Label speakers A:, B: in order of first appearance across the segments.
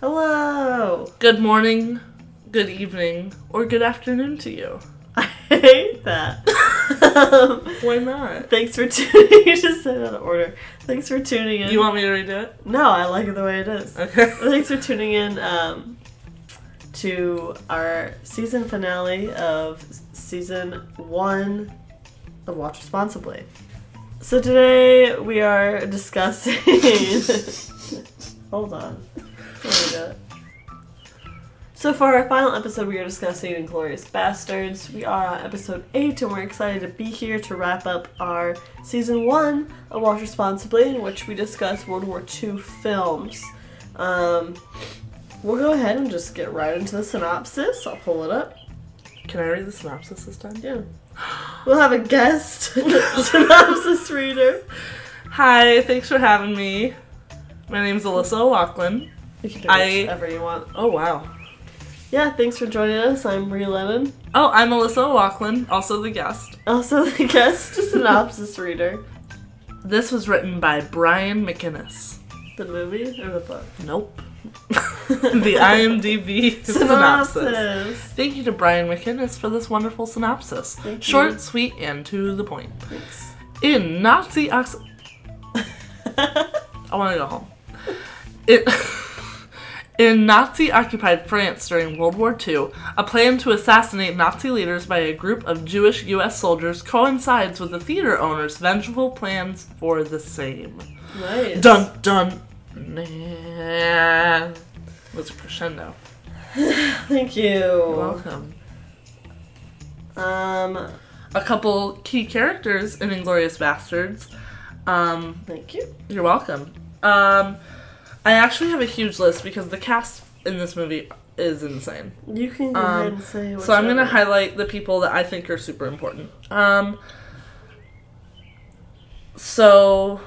A: Hello.
B: Good morning, good evening, or good afternoon to you.
A: I hate that. Um,
B: Why not?
A: thanks for tuning. you just said out of order. Thanks for tuning in.
B: You want me to redo it?
A: no, I like it the way it is.
B: Okay.
A: Thanks for tuning in um, to our season finale of season one of Watch Responsibly. So today we are discussing. Hold on. Let me do it. So for our final episode, we are discussing Inglorious Bastards. We are on episode eight, and we're excited to be here to wrap up our season one of Watch Responsibly, in which we discuss World War II films. Um, we'll go ahead and just get right into the synopsis. I'll pull it up.
B: Can I read the synopsis this time?
A: Yeah. We'll have a guest synopsis reader.
B: Hi, thanks for having me. My name's Alyssa O'Loughlin.
A: You can do
B: I-
A: whatever you want.
B: Oh, wow.
A: Yeah, thanks for joining us. I'm Brie Lennon,
B: Oh, I'm Alyssa O'Loughlin, also the guest.
A: also the guest synopsis reader.
B: This was written by Brian McInnes.
A: The movie or the book?
B: Nope. the IMDb synopsis. Thank you to Brian McInnes for this wonderful synopsis.
A: Thank you.
B: Short, sweet, and to the point.
A: Thanks.
B: In Nazi Ox- I want to go home. It, in Nazi occupied France during World War II, a plan to assassinate Nazi leaders by a group of Jewish U.S. soldiers coincides with the theater owner's vengeful plans for the same.
A: nice.
B: Dun dun. Nah. Was a crescendo.
A: Thank you.
B: Welcome.
A: Um,
B: A couple key characters in Inglorious Bastards. Um,
A: thank you.
B: You're welcome. Um, I actually have a huge list because the cast in this movie is insane.
A: You can go ahead and say.
B: Um, So I'm gonna
A: whichever.
B: highlight the people that I think are super important. Um, so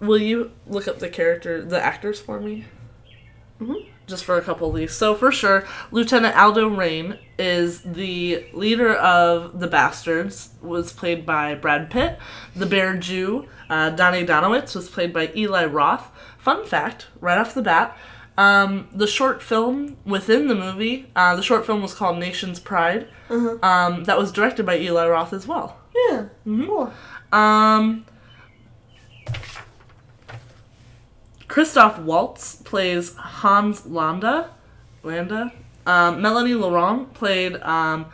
B: will you look up the character, the actors for me?
A: Mhm.
B: Just for a couple of these. So for sure, Lieutenant Aldo Rain is the leader of the Bastards. Was played by Brad Pitt. The Bear Jew, uh, Donnie Donowitz, was played by Eli Roth. Fun fact, right off the bat, um, the short film within the movie, uh, the short film was called Nation's Pride.
A: Uh-huh.
B: Um, that was directed by Eli Roth as well.
A: Yeah. Cool.
B: Um, Christoph Waltz plays Hans Landa. Landa. Um, Melanie Laurent played um,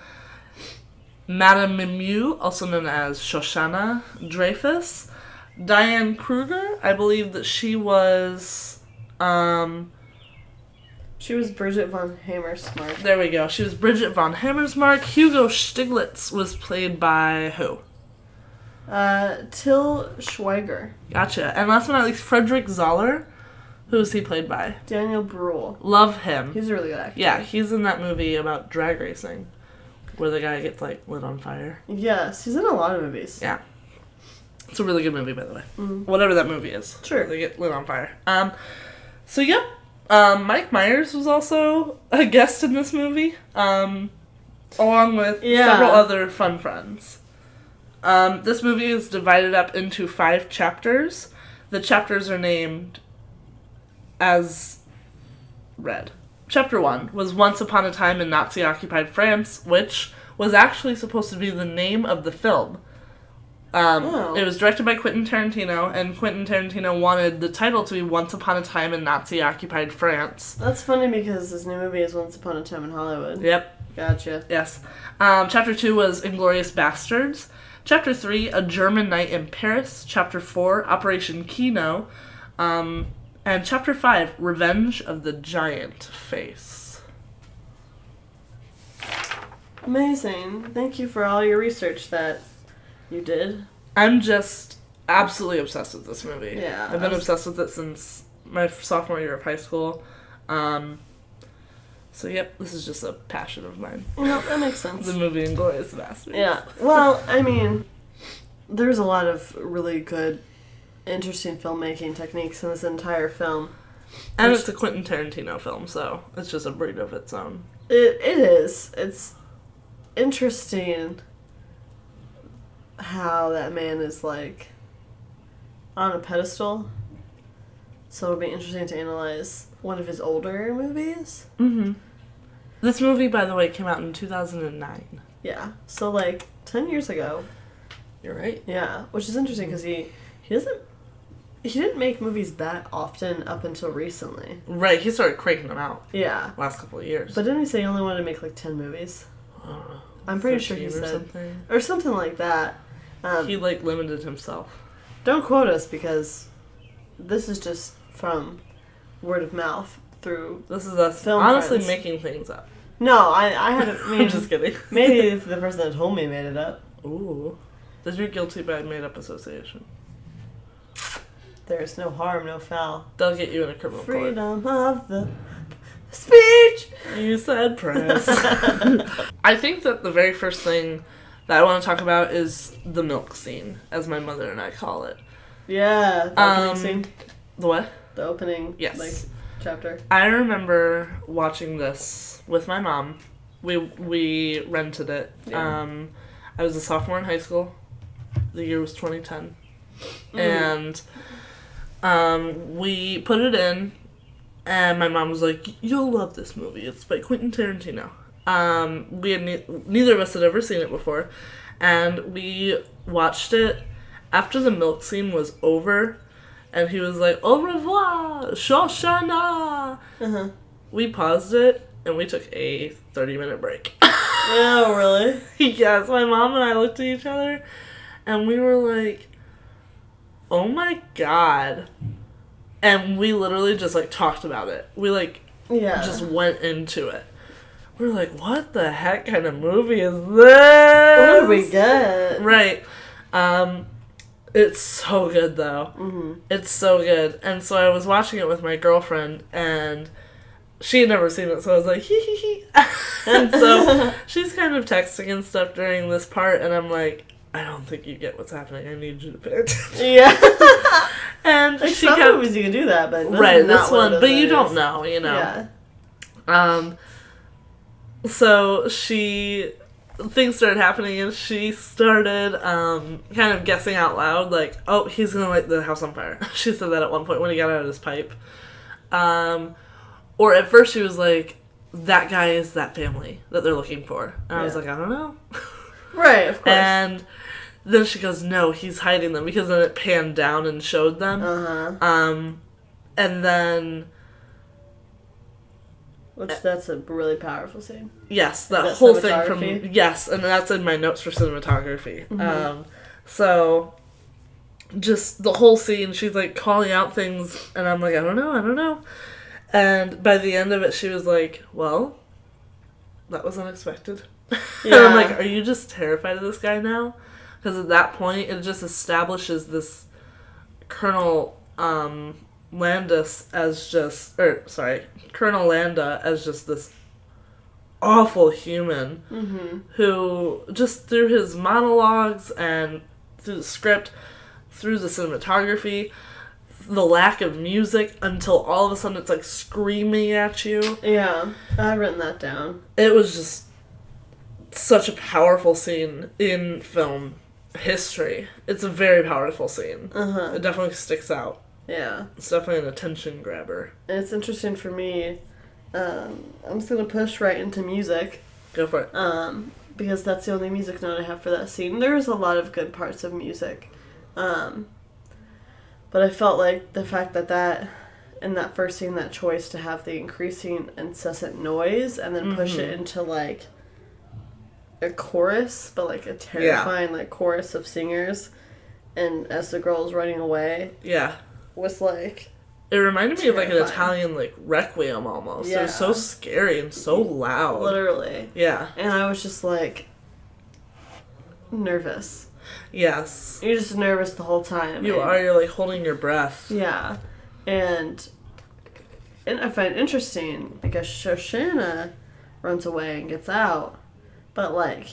B: Madame Mimieux, also known as Shoshana Dreyfus. Diane Kruger, I believe that she was. Um,
A: She was Bridget von Hammersmart.
B: there we go. She was Bridget von Hammersmark. Hugo Stiglitz was played by who?
A: Uh, Till Schweiger.
B: Gotcha. And last but not least, Frederick Zoller. Who is he played by?
A: Daniel Bruhl.
B: Love him.
A: He's a really good actor.
B: Yeah, he's in that movie about drag racing where the guy gets like lit on fire.
A: Yes, he's in a lot of movies.
B: Yeah. It's a really good movie, by the way. Whatever that movie is.
A: Sure.
B: They get lit on fire. Um, so, yep. Um, Mike Myers was also a guest in this movie, um, along with
A: Yeah.
B: several other fun friends. Um, this movie is divided up into five chapters. The chapters are named as read. Chapter 1 was Once Upon a Time in Nazi Occupied France, which was actually supposed to be the name of the film. Um,
A: Oh.
B: It was directed by Quentin Tarantino, and Quentin Tarantino wanted the title to be Once Upon a Time in Nazi Occupied France.
A: That's funny because his new movie is Once Upon a Time in Hollywood.
B: Yep,
A: Gotcha.
B: Yes. Um, chapter 2 was Inglorious Bastards. Chapter 3, A German Night in Paris. Chapter 4, Operation Kino. Um, and Chapter 5, Revenge of the Giant Face.
A: Amazing. Thank you for all your research that you did.
B: I'm just absolutely obsessed with this movie.
A: Yeah.
B: I've been obsessed with it since my sophomore year of high school. Um, so, yep, this is just a passion of mine.
A: You know, that makes sense.
B: The movie Inglorious Bastards.
A: Yeah. Well, I mean, there's a lot of really good, interesting filmmaking techniques in this entire film.
B: And
A: Which-
B: it's a Quentin Tarantino film, so it's just a breed of its own.
A: It, it is. It's interesting how that man is like on a pedestal. So it'll be interesting to analyze one of his older movies.
B: Mm-hmm. This movie, by the way, came out in 2009.
A: Yeah. So like ten years ago.
B: You're right.
A: Yeah, which is interesting because he he doesn't he didn't make movies that often up until recently.
B: Right, he started cranking them out
A: Yeah.
B: last couple of years.
A: But didn't he say he only wanted to make like ten movies
B: Uh,
A: I'm pretty sure he
B: 13 or
A: said-
B: something.
A: or something like that? Um,
B: He like limited himself.
A: Don't quote us because this is just from word of mouth through.
B: This is us
A: Film
B: honestly
A: friends.
B: making things up.
A: No, I I had a, I
B: I'm
A: mean,
B: just kidding.
A: maybe if the person that told me made it up.
B: Ooh. That you're guilty by made up association.
A: There is no harm, no foul.
B: They'll get you in a criminal court.
A: Freedom of the speech.
B: You said press. I think that the very first thing that I want to talk about is the milk scene, as my mother and I call it.
A: Yeah, the opening
B: Um,
A: scene,
B: The what?
A: the opening
B: Yes.
A: like chapter.
B: I remember watching this with my mom. We we rented it.
A: Yeah.
B: Um, I was a sophomore in high school. The year was 2010,
A: Mm.
B: and um, we put it in. And my mom was like, "You'll love this movie. It's by Quentin Tarantino." Um, we had ne- neither of us had ever seen it before, and we watched it after the milk scene was over, and he was like, "Au revoir, Shoshana."
A: Uh-huh.
B: We paused it and we took a 30 minute break.
A: Oh, really?
B: yes, my mom and I looked at each other and we were like, oh my god. And we literally just like talked about it. We like
A: Yeah.
B: just went into it. We were like, what the heck kind of movie is this?
A: what did we get?
B: Right. Um, it's so good though.
A: Mhm.
B: It's so good. And so I was watching it with my girlfriend, and she had never seen it, so I was like, hee hee hee. and so she's kind of texting and stuff during this part, and I'm like, I don't think you get what's happening. I need you to pay attention.
A: Yeah.
B: And
A: like
B: she
A: some
B: kept.
A: movies you can do that, but this
B: Right,
A: is not
B: this one,
A: of
B: but you
A: those.
B: don't know, you know.
A: Yeah.
B: Um, so she things started happening, and she started um, kind of guessing out loud, like, "Oh, he's gonna light the house on fire." she said that at one point when he got out of his pipe. Um, or at first she was like, "That guy is that family that they're looking for," and I was
A: Yeah.
B: like, "I don't know."
A: Right. Of course.
B: and then she goes, "No, he's hiding them," because then it panned down and showed them.
A: uh huh.
B: Um, and then
A: Which that's a really powerful scene.
B: Yes, that,
A: that
B: whole thing from
A: cinematography?
B: yes, and that's in my notes for cinematography. Um, so just the whole scene, she's like calling out things, and I'm like, I don't know, I don't know. And by the end of it, she was like, Well, that was unexpected. and
A: Yeah.
B: I'm like, Are you just terrified of this guy now? Because at that point, it just establishes this Colonel um, Landis as just, or sorry, Colonel Landa as just this awful human
A: Mm-hmm.
B: who just through his monologues and through the script, through the cinematography, the lack of music until all of a sudden it's like screaming at you.
A: Yeah. I've written that down.
B: It was just such a powerful scene in film history. It's a very powerful scene.
A: Uh huh.
B: It definitely sticks out.
A: Yeah.
B: It's definitely an attention grabber.
A: And it's interesting for me. Um, I'm just gonna push right into music.
B: Go for it.
A: um, because that's the only music note I have for that scene. There's a lot of good parts of music, um, but I felt like the fact that that in that first scene, that choice to have the increasing incessant noise and then push
B: Mm-hmm.
A: it into like a chorus, but like a terrifying like chorus of singers, and as the girl's running away
B: Yeah.
A: was like
B: It reminded me of like an
A: Terrifying.
B: Italian like requiem almost. It
A: Yeah.
B: was so scary and so loud.
A: literally,
B: Yeah.
A: and I was just like nervous.
B: Yes.
A: You're just nervous the whole time.
B: You
A: and-
B: are. You're like holding your breath.
A: Yeah, and and I find it interesting because Shoshana runs away and gets out, but like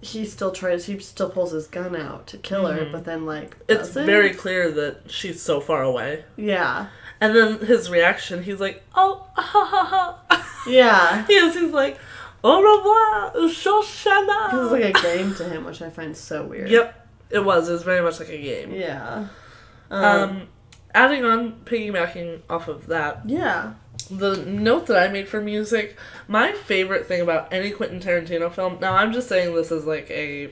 A: he still tries. He still pulls his gun out to kill her, but then like
B: Mm-hmm. It's
A: doesn't.
B: very clear that she's so far away.
A: yeah
B: And then his reaction, he's like, oh, ha ha ha.
A: yeah.
B: yes, he's like, au revoir, Shoshana.
A: This is like a game to him, which I find so weird.
B: Yep, it was. It was very much like a game.
A: Yeah. Um,
B: Um, adding on, piggybacking off of that,
A: yeah.
B: the note that I made for music, my favorite thing about any Quentin Tarantino film. Now I'm just saying this as like a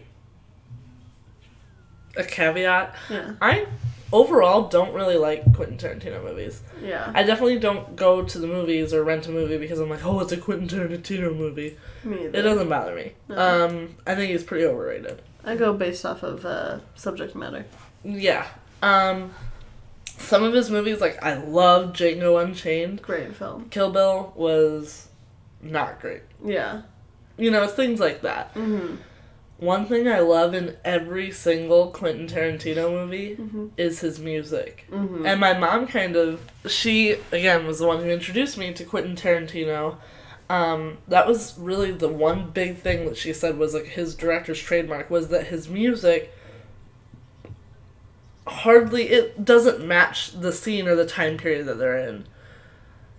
B: a caveat.
A: Yeah.
B: I overall don't really like Quentin Tarantino movies.
A: Yeah.
B: I definitely don't go to the movies or rent a movie because I'm like, oh, it's a Quentin Tarantino movie.
A: Me neither.
B: It doesn't bother me.
A: No.
B: Um, I think he's pretty overrated.
A: I go based off of uh, subject matter.
B: Yeah. Um, some of his movies, like I love Django Unchained.
A: Great film.
B: Kill Bill was not great.
A: Yeah.
B: You know, it's things like that.
A: Mm-hmm.
B: One thing I love in every single Quentin Tarantino movie
A: Mhm.
B: is his music.
A: Mm-hmm.
B: And my mom kind of, she again was the one who introduced me to Quentin Tarantino. Um, that was really the one big thing that she said was like his director's trademark was that his music hardly it doesn't match the scene or the time period that they're in.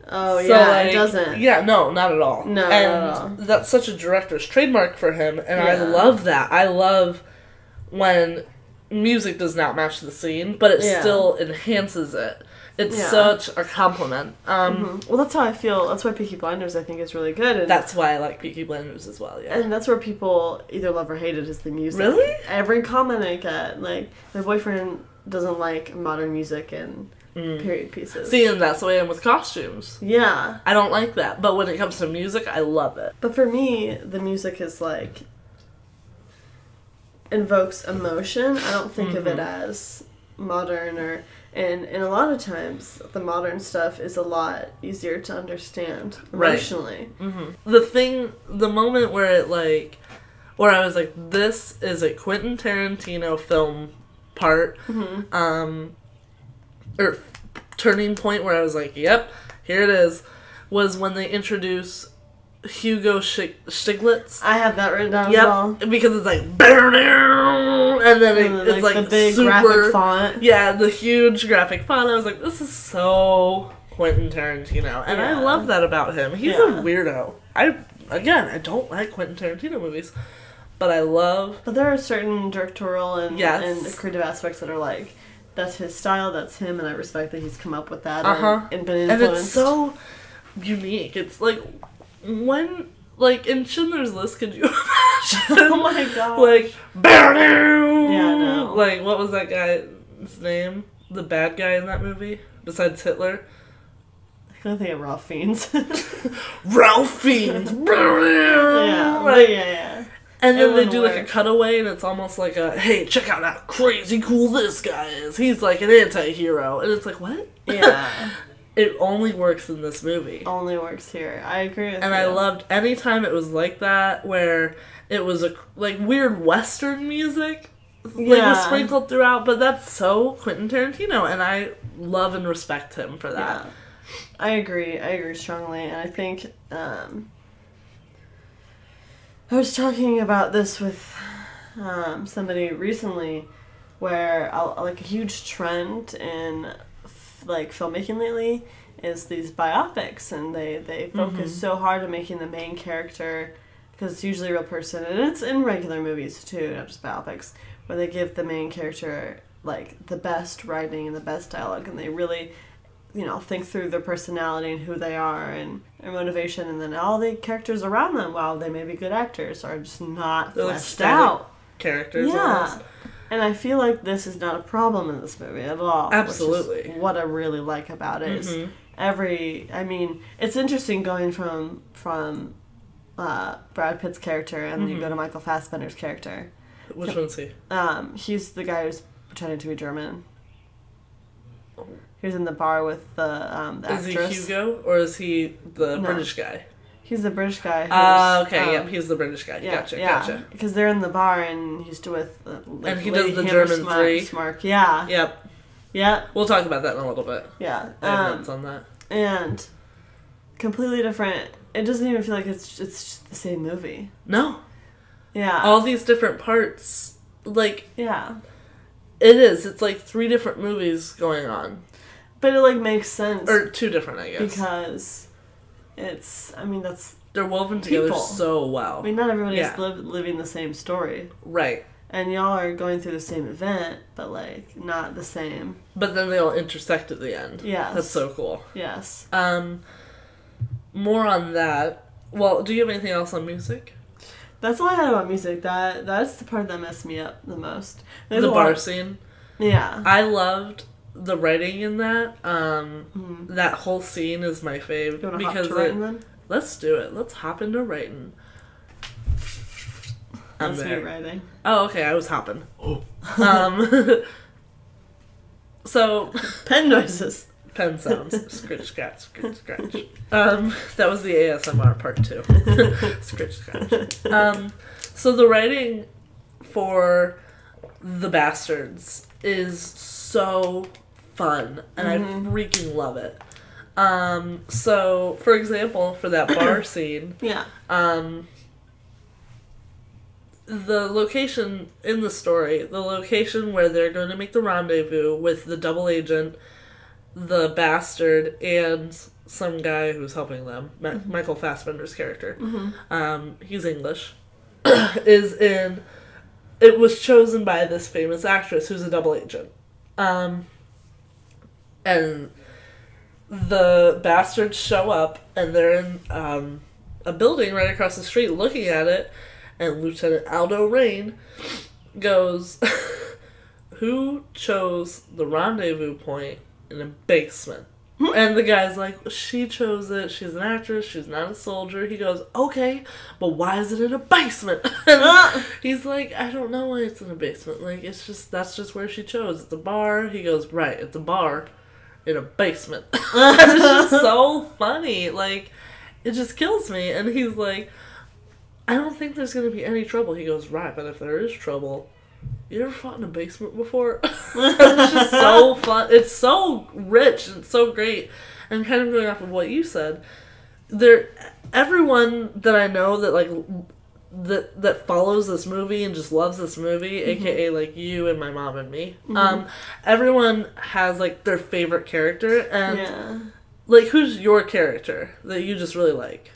A: Oh
B: So,
A: yeah,
B: like,
A: it doesn't.
B: Yeah, no, not at all.
A: No, not
B: and
A: at all.
B: that's such a director's trademark for him, and I
A: Yeah.
B: love that. I love when music does not match the scene, but it
A: Yeah.
B: still enhances it. It's
A: Yeah.
B: such a compliment. Um,
A: Mhm. Well, that's how I feel. That's why Peaky Blinders I think is really good. And
B: That's why I like Peaky Blinders as well. Yeah.
A: and that's where people either love or hate it is the music.
B: Really?
A: Every comment I get, like my boyfriend doesn't like modern music and period pieces.
B: Mm. See, and that's the way I'm with costumes.
A: yeah,
B: I don't like that, but when it comes to music, I love it.
A: but for me, the music is like invokes emotion. I don't think of it
B: Mm-hmm.
A: as modern or and and a lot of times the modern stuff is a lot easier to understand
B: Right.
A: emotionally.
B: Mm-hmm. The thing, the moment where it like, where I was like, this is a Quentin Tarantino film part,
A: Mm-hmm.
B: um, or turning point where I was like, yep, here it is, was when they introduce Hugo Sch- Stiglitz.
A: I have that written down as well.
B: Yep, because it's like, "Bow-dow," and then it,
A: And,
B: it's like
A: the big
B: super
A: graphic font.
B: Yeah, the huge graphic font. I was like, this is so Quentin Tarantino. And
A: Yeah.
B: I love that about him. He's
A: Yeah.
B: a weirdo. I, again, I don't like Quentin Tarantino movies, but I love.
A: But there are certain directorial and,
B: Yes.
A: and creative aspects that are like, that's his style, that's him, and I respect that he's come up with that
B: Uh-huh.
A: and, and been
B: And
A: influenced.
B: it's so unique. It's like, when, like, in Schindler's List, could you imagine?
A: oh my god.
B: like, "Bow-dow!"
A: Yeah, I know.
B: Like, what was that guy's name? The bad guy in that movie? Besides Hitler?
A: I can think of raw fiends. yeah,
B: Ralph Fiennes.
A: but yeah, yeah.
B: And
A: It
B: then they
A: wouldn't
B: do like
A: work.
B: a cutaway, and it's almost like a hey, check out how crazy cool this guy is. He's like an anti hero. And it's like, what?
A: Yeah.
B: It only works in this movie.
A: Only works here. I agree with
B: And
A: you.
B: I loved any time it was like that, where it was a like weird Western music. Like
A: Yeah.
B: was sprinkled throughout, but that's so Quentin Tarantino, and I love and respect him for that.
A: Yeah. I agree. I agree strongly, and I think um, I was talking about this with um, somebody recently, where i like a huge trend in f- like filmmaking lately is these biopics, and they they focus
B: Mm-hmm.
A: so hard on making the main character because it's usually a real person, and it's in regular movies too, not just biopics, where they give the main character like the best writing and the best dialogue, and they really you know, think through their personality and who they are and their motivation, and then all the characters around them, while they may be good actors, are just not
B: They're, like,
A: fleshed
B: static
A: out.
B: Characters,
A: yeah.
B: almost.
A: And I feel like this is not a problem in this movie at all. which is
B: Absolutely. Mm-hmm.
A: what I really like about it is every. I mean, it's interesting going from from uh, Brad Pitt's character and then you go
B: Mm-hmm.
A: to Michael Fassbender's character.
B: Which one's he?
A: Um, he's the guy who's pretending to be German. He was in the bar with the um, the
B: Is
A: actress.
B: he Hugo or is he the
A: No.
B: British guy?
A: He's the British guy. who's,
B: Uh, okay,
A: um,
B: yep, he's the British guy. gotcha, gotcha.
A: Because they're in the bar and he's still with. Uh, like,
B: And he
A: Lady
B: does the
A: Hammer
B: German
A: Smark-
B: three.
A: Smark. Yeah.
B: Yep,
A: Yeah.
B: we'll talk about that in a little bit.
A: Yeah.
B: I have
A: Um,
B: notes on that.
A: and completely different. It doesn't even feel like it's it's just the same movie.
B: No,
A: Yeah.
B: all these different parts, like
A: yeah.
B: it is. It's like three different movies going on,
A: But it like makes sense
B: or two different, I guess.
A: because it's. I mean that's.
B: They're woven together
A: People.
B: so well.
A: I mean not everybody's
B: Yeah.
A: liv- living the same story,
B: right,
A: and y'all are going through the same event, but like not the same.
B: but then they all intersect at the end.
A: Yes.
B: that's so cool.
A: Yes.
B: Um, more on that. Well, do you have anything else on music?
A: That's all I had about music. That that's the part that messed me up the most. There's
B: the
A: a lot-
B: bar scene.
A: Yeah.
B: I loved the writing in that. Um,
A: Hmm.
B: that whole scene is my fave
A: You want to hop
B: because
A: to
B: it-
A: writing then?
B: let's do it. Let's hop into writing. I'm
A: That's
B: there.
A: me writing.
B: Oh, okay. I was hopping. um. so
A: Pen noises.
B: pen sounds. Scritch, scratch, scritch, scratch. Um, that was the ASMR part two. scritch, scratch. Um, so the writing for the bastards is so fun, and I freaking love it. Um, so for example, for that bar scene,
A: yeah.
B: um, the location in the story, the location where they're going to make the rendezvous with the double agent, the bastard, and some guy who's helping them, Ma- Michael Fassbender's character. Um, he's English. is in. It was chosen by this famous actress who's a double agent. Um, and the bastards show up and they're in um, a building right across the street looking at it, and Lieutenant Aldo Rain goes, Who chose the rendezvous point in a basement? And the guy's like, She chose it. She's an actress. She's not a soldier. He goes, Okay, but why is it in a basement? And he's like, I don't know why it's in a basement. Like, it's just, that's just where she chose. It's a bar. He goes, Right, it's a bar in a basement. it's just so funny. Like, it just kills me. And he's like, I don't think there's gonna be any trouble. He goes, right, but if there is trouble, you ever fought in a basement before? it's just so fun. It's so rich and so great. And kind of going off of what you said, there, everyone that I know that like l- that that follows this movie and just loves this movie, aka like you and my mom and me. Um, everyone has like their favorite character, and
A: yeah.
B: like who's your character that you just really like?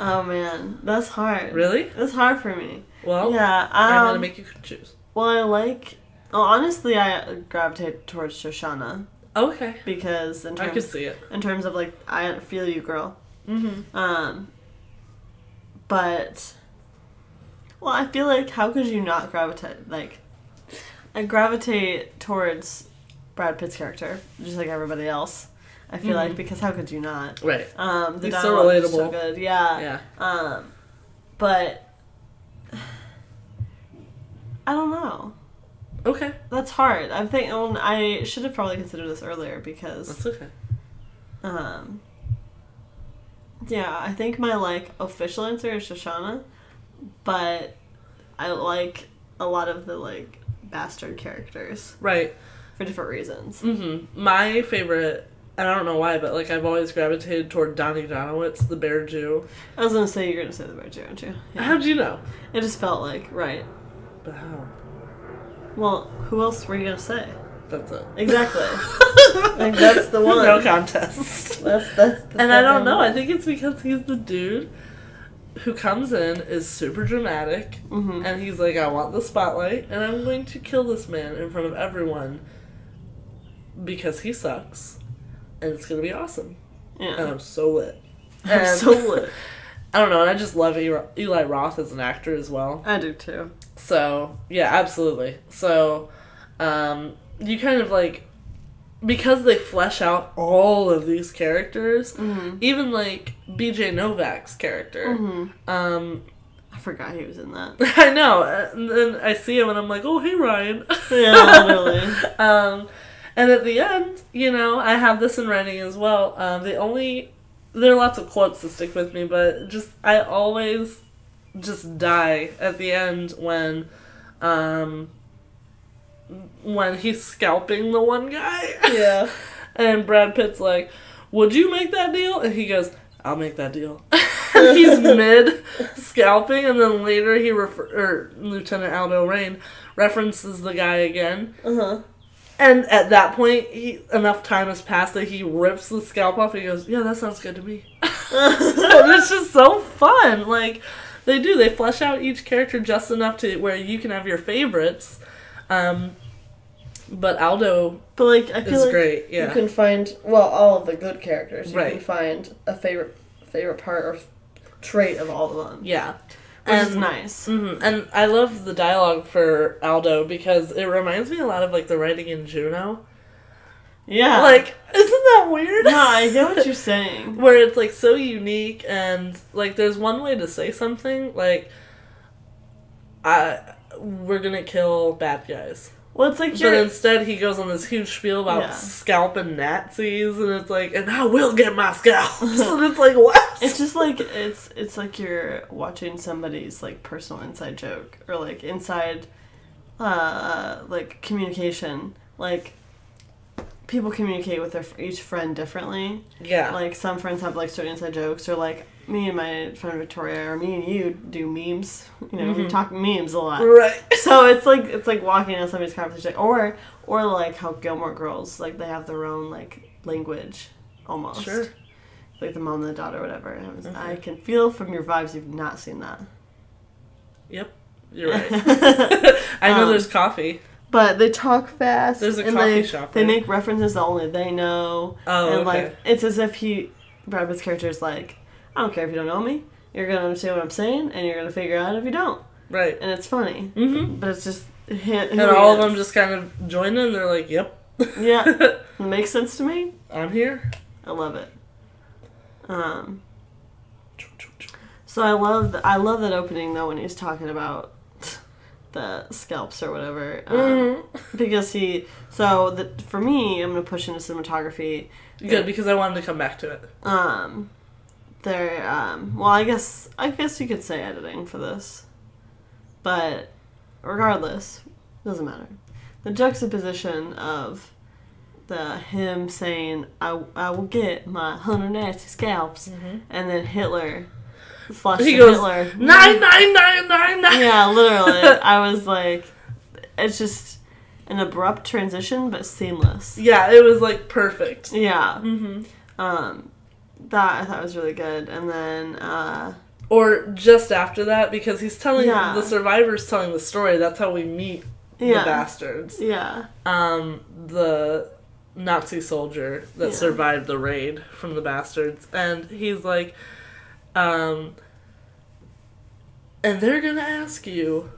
A: Oh man, that's hard.
B: Really?
A: That's hard for me.
B: Well,
A: yeah. Um,
B: I'm gonna make you choose.
A: well, I like. Well, honestly, I gravitate towards Shoshana
B: Okay,
A: because in
B: I
A: terms
B: can see it.
A: in terms of like I feel you, girl.
B: Mm-hmm.
A: Um, but well, I feel like how could you not gravitate like I gravitate towards Brad Pitt's character just like everybody else. I feel
B: Mm-hmm.
A: like because how could you not?
B: Right.
A: Um, the
B: He's so
A: dialogue is so
B: relatable.
A: good.
B: Yeah.
A: Um, but I don't know.
B: Okay.
A: That's hard. I'm thinking I should have probably considered this earlier because,
B: That's okay.
A: um, yeah, I think my like official answer is Shoshana, but I like a lot of the like bastard characters
B: Right.
A: for different reasons.
B: hmm My favorite, and I don't know why, but like I've always gravitated toward Donnie Donowitz, the Bear Jew.
A: I was gonna say you're gonna say the bird, aren't you? Yeah.
B: How'd you know?
A: It just felt like right.
B: But oh, how?
A: Well, who else were you gonna say?
B: That's it.
A: Exactly. Like, that's the one.
B: No contest.
A: That's, that's, that's
B: and I
A: goddamn
B: don't know.
A: right.
B: I think it's because he's the dude who comes in is super dramatic,
A: Mhm.
B: and he's like, "I want the spotlight, and I'm going to kill this man in front of everyone because he sucks, and it's gonna be awesome." And
A: Yeah.
B: I'm so lit.
A: I'm
B: And-
A: so lit.
B: I don't know, and I just love Eli Eli Roth as an actor as well.
A: I do too.
B: So yeah, absolutely. So um, you kind of like because they flesh out all of these characters,
A: Mm-hmm.
B: even like B.J. Novak's character. Um,
A: Mm-hmm. I forgot he was in that.
B: I know, and then I see him and I'm like, oh hey Ryan.
A: Yeah, literally.
B: um, and at the end, you know, I have this in writing as well. Um, the only there are lots of quotes that stick with me, but just I always just die at the end when um, when he's scalping the one guy.
A: Yeah.
B: and Brad Pitt's like, "Would you make that deal?" And he goes. I'll make that deal. And he's mid scalping, and then later he refer or Lieutenant Aldo Rain references the guy again,
A: Uh huh.
B: and at that point, he, enough time has passed that he rips the scalp off and he goes, Yeah, that sounds good to me. it's just so fun. Like, they do. They flesh out each character just enough to where you can have your favorites. Um, but Aldo
A: But like, I feel
B: is
A: like
B: great. Yeah.
A: you can find well all of the good characters. You
B: Right.
A: can find a favorite favorite part or trait of all of them.
B: Yeah.
A: Which
B: and
A: is nice.
B: mhm, and I love the dialogue for Aldo because it reminds me a lot of like the writing in Juno.
A: Yeah.
B: Like, isn't that weird?
A: no, I get what you're saying.
B: where it's like so unique and like there's one way to say something like I we're gonna kill bad guys.
A: Well, it's like
B: But
A: you're.
B: instead he goes on this huge spiel about
A: Yeah.
B: scalping Nazis and it's like and I will get my scalps and it's like what?
A: It's just like it's it's like you're watching somebody's like personal inside joke or like inside, uh, like communication. Like people communicate with their each friend differently.
B: yeah.
A: Like some friends have like certain inside jokes, or like me and my friend Victoria, or me and you do memes. You know, we talk memes a lot.
B: right.
A: So it's like it's like walking on somebody's conversation, or or like how Gilmore Girls like they have their own like language almost,
B: Sure.
A: like the mom and the daughter, or whatever. And I, was- I can feel from your vibes you've not seen that.
B: Yep. You're right. I know
A: Um,
B: there's coffee.
A: But they talk fast.
B: There's a
A: and
B: coffee
A: they,
B: shop,
A: They
B: right?
A: make references that only they know.
B: Oh,
A: and
B: okay.
A: like it's as if he, Brad Pitt's character is like, I don't care if you don't know me. You're gonna understand what I'm saying, and you're gonna figure out if you don't.
B: right.
A: And it's funny,
B: Mm-hmm.
A: but it's just him.
B: And all of them just kind of join in. They're like, "Yep,
A: yeah, it makes sense to me.
B: I'm here."
A: I love it. Um, so I love th- I love that opening though when he's talking about the scalps or whatever um,
B: Mm-hmm.
A: because he so the, for me I'm gonna push into cinematography.
B: Good because I wanted to come back to it.
A: Um, there. Um, well, I guess I guess you could say editing for this, but regardless, doesn't matter. The juxtaposition of the him saying I, I will get my hundred nasty scalps, and then Hitler, flushing
B: He goes
A: Hitler. Mm-hmm.
B: nine nine nine nine nine.
A: Yeah, literally. I was like, it's just an abrupt transition, but seamless.
B: Yeah, it was like perfect.
A: Yeah.
B: hmm
A: Um, that I thought was really good. And then, uh,
B: Or just after that, because he's telling
A: Yeah.
B: the survivors telling the story. That's how we meet
A: yeah.
B: the bastards.
A: Yeah.
B: Um, the Nazi soldier that
A: Yeah.
B: survived the raid from the bastards, and he's like, um, and they're gonna ask you.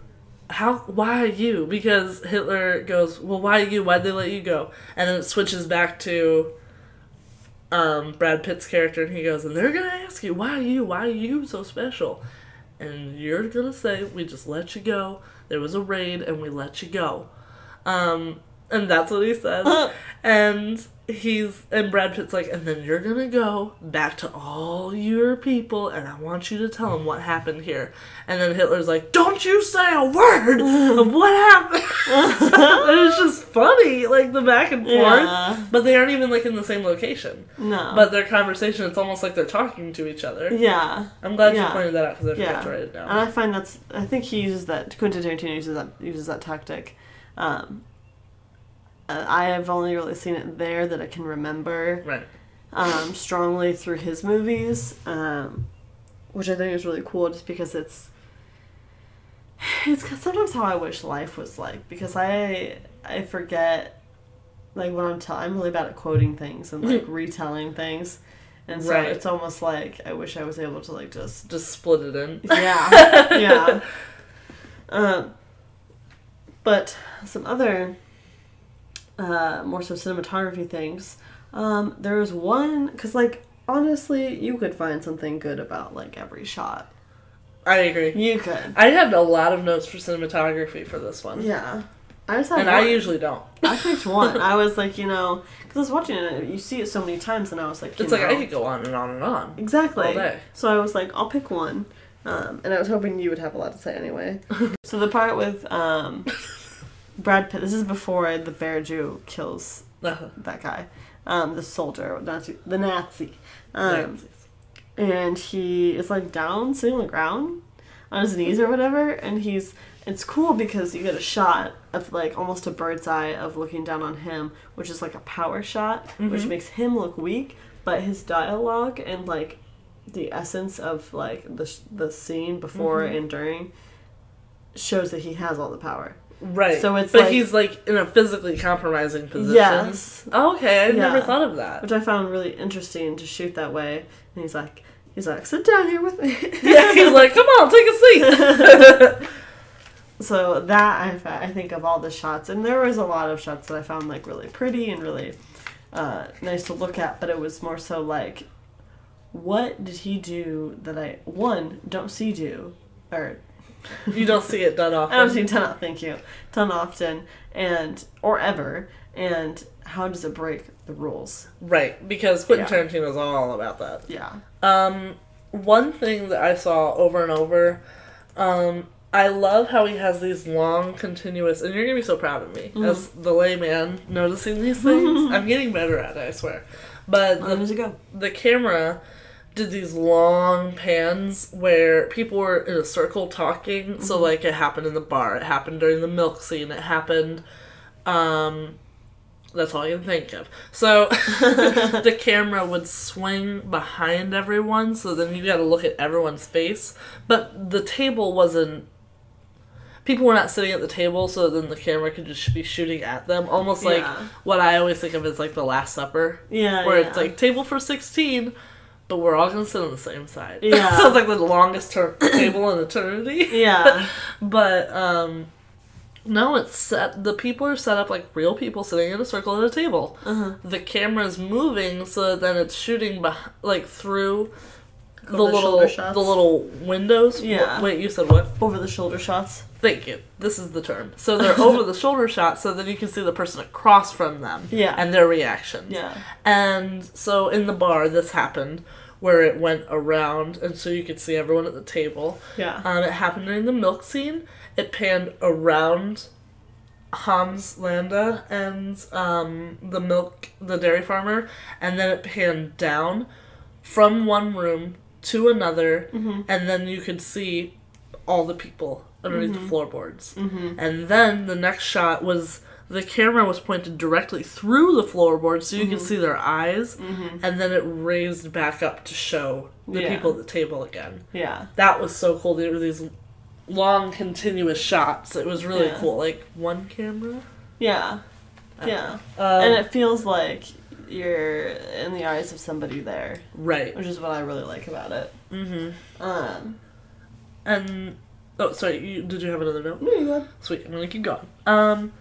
B: How? Why you? Because Hitler goes, well, why you? Why'd they let you go? And then it switches back to um, Brad Pitt's character, and he goes, and they're gonna ask you, why you, why you so special? And you're gonna say, we just let you go. There was a raid, and we let you go. Um, and that's what he says.
A: Uh-huh.
B: and he's and Brad Pitt's like, and then you're gonna go back to all your people, and I want you to tell them what happened here. And then Hitler's like, don't you say a word of what happened. it was just funny, like the back and forth.
A: Yeah.
B: But they aren't even like in the same location.
A: No.
B: But their conversation, it's almost like they're talking to each other.
A: yeah.
B: I'm glad
A: Yeah.
B: you pointed that out because I forgot
A: Yeah.
B: to write it
A: And
B: down.
A: I find that's, I think he uses that, Quentin Tarantino uses that, uses that tactic. Um, uh, I have only really seen it there that I can remember
B: Right.
A: um, strongly through his movies, um, which I think is really cool just because it's it's ca- sometimes how I wish life was like because I I forget like when I'm telling I'm really bad at quoting things and like retelling things, and so
B: Right.
A: it's almost like I wish I was able to like just
B: Just split it in.
A: yeah yeah. Um, but some other uh, more so cinematography things. Um, there was one because like honestly, you could find something good about like every shot.
B: I agree.
A: You could.
B: I had a lot of notes for cinematography for this one.
A: Yeah. I just had
B: And I
A: one.
B: usually don't.
A: I picked one. I was like, you know, because I was watching it, you see it so many times, and I was like, you
B: It's like
A: know,
B: I could go on and on and on.
A: exactly.
B: all day.
A: So I was like, I'll pick one, um, and I was hoping you would have a lot to say anyway. so the part with um, Brad Pitt. This is before the Bear Jew kills that guy, um, the soldier, Nazi, the Nazi. Um, and he is like down sitting on the ground on his knees or whatever and he's it's cool because you get a shot of like almost a bird's eye of looking down on him which is like a power shot
B: Mm-hmm.
A: which makes him look weak but his dialogue and like the essence of like the, sh- the scene before
B: Mm-hmm.
A: and during shows that he has all the power
B: right.
A: So it's
B: but
A: like-
B: he's like in a physically compromising position. Oh,
A: Yes.
B: Okay, I
A: Yeah.
B: never thought of that.
A: which I found really interesting to shoot that way. And he's like, He's like, sit down here with me.
B: Yeah, he's like, come on, take a seat.
A: so that I, fa- I think of all the shots, and there was a lot of shots that I found like really pretty and really uh, nice to look at, but it was more so like, what did he do that I one don't see do, or
B: you don't see it done often.
A: I don't see done off, thank you, done often, and or ever, and how does it break the rules?
B: Right, because Quentin
A: Yeah.
B: Tarantino is all about that.
A: Yeah,
B: Um, one thing that I saw over and over, um, I love how he has these long, continuous, and you're gonna be so proud of me as the layman noticing these things. I'm getting better at it, I swear. But
A: how
B: the,
A: does it go?
B: the camera did these long pans where people were in a circle talking. So like it happened in the bar, it happened during the milk scene, it happened. Um, that's all I can think of. So the camera would swing behind everyone, so then you got to look at everyone's face. But the table wasn't. People were not sitting at the table, so then the camera could just be shooting at them, almost like
A: Yeah.
B: what I always think of as like the Last Supper
A: Yeah,
B: where
A: yeah.
B: it's like table for 16 but we're all gonna sit on the same side
A: Yeah.
B: so it's like the longest ter- table in eternity
A: yeah,
B: but um no it's set the people are set up like real people sitting in a circle at a table
A: uh-huh.
B: the camera's moving so that then it's shooting beh- like through the,
A: Over the
B: little
A: shoulder shots?
B: the little windows Wh-
A: Yeah.
B: wait you said what
A: over the shoulder shots.
B: Thank you. This is the term. So they're over the shoulder shot, so then you can see the person across from them
A: Yeah.
B: and their reactions.
A: Yeah.
B: And so in the bar, this happened where it went around, and so you could see everyone at the table.
A: Yeah.
B: Um, it happened during the milk scene. It panned around Hans Landa and um, the milk, the dairy farmer, and then it panned down from one room to another,
A: Mm-hmm.
B: and then you could see all the people underneath
A: Mm-hmm.
B: the floorboards. And then the next shot was the camera was pointed directly through the floorboards so you
A: Mm-hmm.
B: could see their eyes, and then it raised back up to show the
A: Yeah.
B: people at the table again
A: Yeah.
B: that was so cool. There were these long, continuous shots. It was really
A: Yeah.
B: cool. Like one camera.
A: Yeah. Yeah.
B: Um,
A: and it feels like you're in the eyes of somebody there,
B: right.
A: which is what I really like about it.
B: Mm-hmm.
A: Um,
B: And oh, sorry. You, did you have another note?
A: there you go.
B: Sweet. I'm gonna keep going. Um,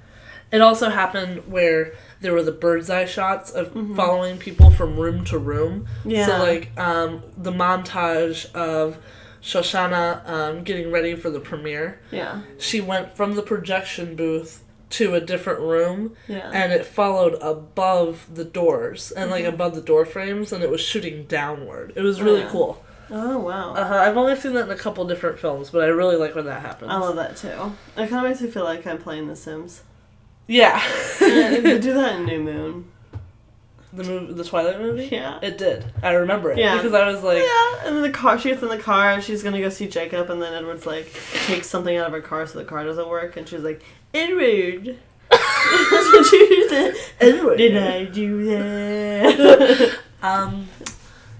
B: it also happened where there were the bird's eye shots of following people from room to room.
A: Mm-hmm. Yeah.
B: So like um, the montage of Shoshana um, getting ready for the premiere.
A: yeah,
B: She went from the projection booth to a different room
A: yeah,
B: and it followed above the doors and like above the door frames and it was shooting downward it was really
A: Yeah.
B: cool
A: Mm-hmm. oh wow,
B: uh-huh. i've only seen that in a couple different films but i really like when that happens
A: I love that too. It kind of makes me feel like I'm playing The Sims.
B: yeah
A: Yeah, they
B: the
A: do that in New Moon.
B: movie the twilight movie
A: Yeah.
B: it did i remember it
A: Yeah.
B: because i was like
A: yeah, and then the car. She gets in the car. and She's gonna go see Jacob, and then Edward's like takes something out of her car, so the car doesn't work. And she's like, Edward, did you do that?
B: Edward.
A: Did I do that?
B: um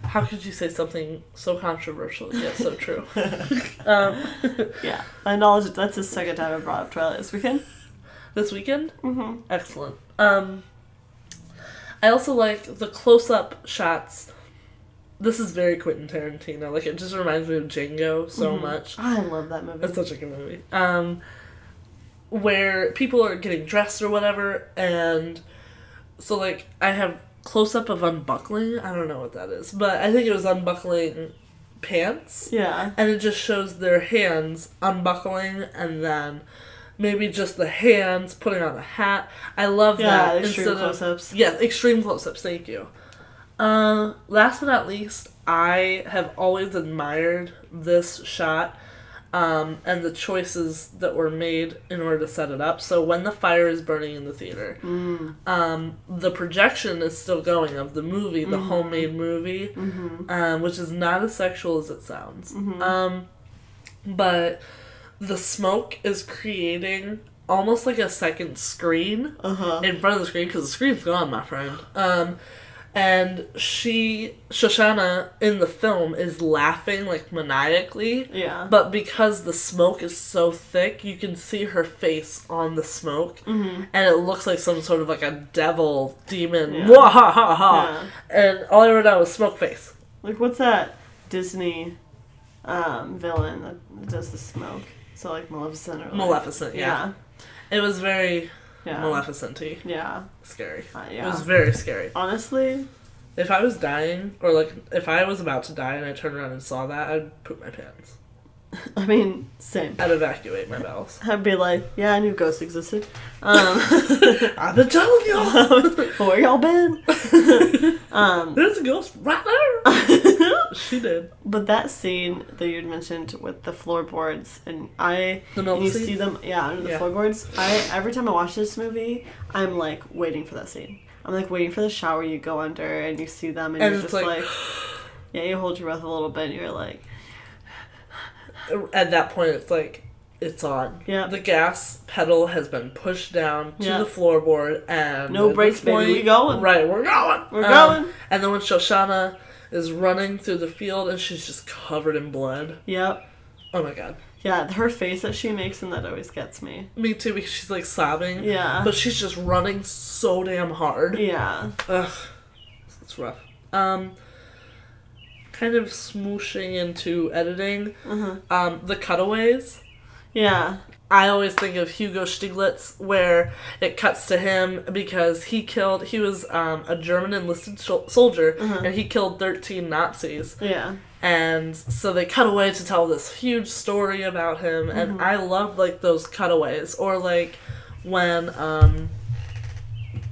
B: how could you say something so controversial yet so true um
A: yeah, I acknowledge that that's the second time I brought up Twilight this weekend.
B: this weekend
A: Mm-hmm.
B: Excellent. Um, I also like the close up shots. This is very Quentin Tarantino. Like, it just reminds me of Django so much.
A: Mm-hmm. I love that movie.
B: It's such a good movie. Um, where people are getting dressed or whatever, and so, like, I have close up of unbuckling. I don't know what that is, but I think it was unbuckling pants
A: yeah.
B: and it just shows their hands unbuckling and then maybe just the hands putting on a hat. I love
A: Yeah,
B: that.
A: extreme close-ups.
B: Of, yeah, extreme close-ups. Thank you. Uh, last but not least, I have always admired this shot um, and the choices that were made in order to set it up. So when the fire is burning in the theater, um, the projection is still going of the movie, the homemade movie, um, which is not as sexual as it sounds. Um, but the smoke is creating almost like a second screen
A: Uh huh.
B: in front of the screen because the screen's gone, my friend. Um, and she, Shoshana, in the film is laughing like maniacally.
A: Yeah.
B: But because the smoke is so thick, you can see her face on the smoke,
A: Mm-hmm.
B: and it looks like some sort of like a devil demon.
A: Yeah.
B: Wah ha ha ha! And all I wrote down was smoke face.
A: Like, what's that? Disney um, villain that does the smoke. So like Maleficent or like,
B: Maleficent, yeah. It was very
A: Oh, yeah, yeah,
B: Maleficenty.
A: yeah.
B: Scary.
A: Uh,
B: It was
A: yeah.
B: very scary.
A: Honestly,
B: If I was dying, or like if I was about to die and I turned around and saw that, I'd poop my pants.
A: I mean, same.
B: I'd evacuate my bowels.
A: I'd be like, yeah, I knew ghosts existed. Um,
B: I've been telling y'all.
A: where y'all been? Um,
B: There's a ghost right there. She did.
A: but that scene that you had mentioned with the floorboards and I
B: The milk
A: and you
B: scene?
A: see them yeah under the
B: Yeah.
A: floorboards. I every time I watch this movie, I'm like waiting for that scene. I'm like waiting for the shower you go under and you see them and,
B: And
A: you're
B: it's
A: just
B: like-
A: like, yeah, you hold your breath a little bit and you're like
B: At that point, it's like it's on.
A: Yeah.
B: The gas pedal has been pushed down to
A: Yeah.
B: the floorboard, and
A: No
B: at
A: brakes,
B: this
A: baby, we going.
B: Right, we're going.
A: We're
B: Um,
A: going.
B: And then when Shoshana is running through the field and she's just covered in blood.
A: Yep.
B: Oh my god.
A: Yeah, her face that she makes and that always gets me.
B: Me too, because she's like sobbing.
A: Yeah.
B: But she's just running so damn hard.
A: Yeah.
B: Ugh, it's rough. Um, kind of smooshing into editing.
A: Uh-huh.
B: Um, the cutaways.
A: Yeah.
B: I always think of Hugo Stiglitz, where it cuts to him because he killed. He was um, a German enlisted sol- soldier, and he killed thirteen Nazis.
A: Yeah.
B: And so they cut away to tell this huge story about him.
A: Mm-hmm.
B: And I love like those cutaways, or like when um,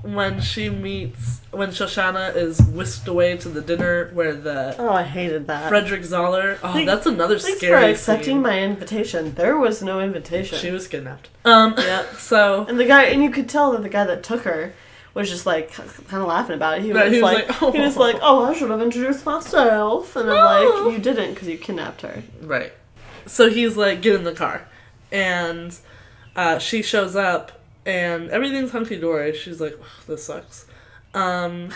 B: when she meets when Shoshana is whisked away to the dinner where the
A: Oh, I hated that.
B: Frederick Zoller. Oh,
A: Thank-
B: that's another
A: Thanks
B: scary.
A: for accepting
B: scene.
A: my invitation. There was no invitation.
B: She was kidnapped. Um.
A: Yep.
B: So.
A: And the guy, and you could tell that the guy that took her was just like kind of laughing about it. He was,
B: Right, he was
A: like,
B: like, "Oh."
A: he was like, oh, I should have introduced myself, and I'm
B: Oh.
A: like, you didn't because you kidnapped her.
B: Right. So he's like, get in the car. And uh, she shows up, and everything's hunky dory. She's like, "Ugh, this sucks. Um,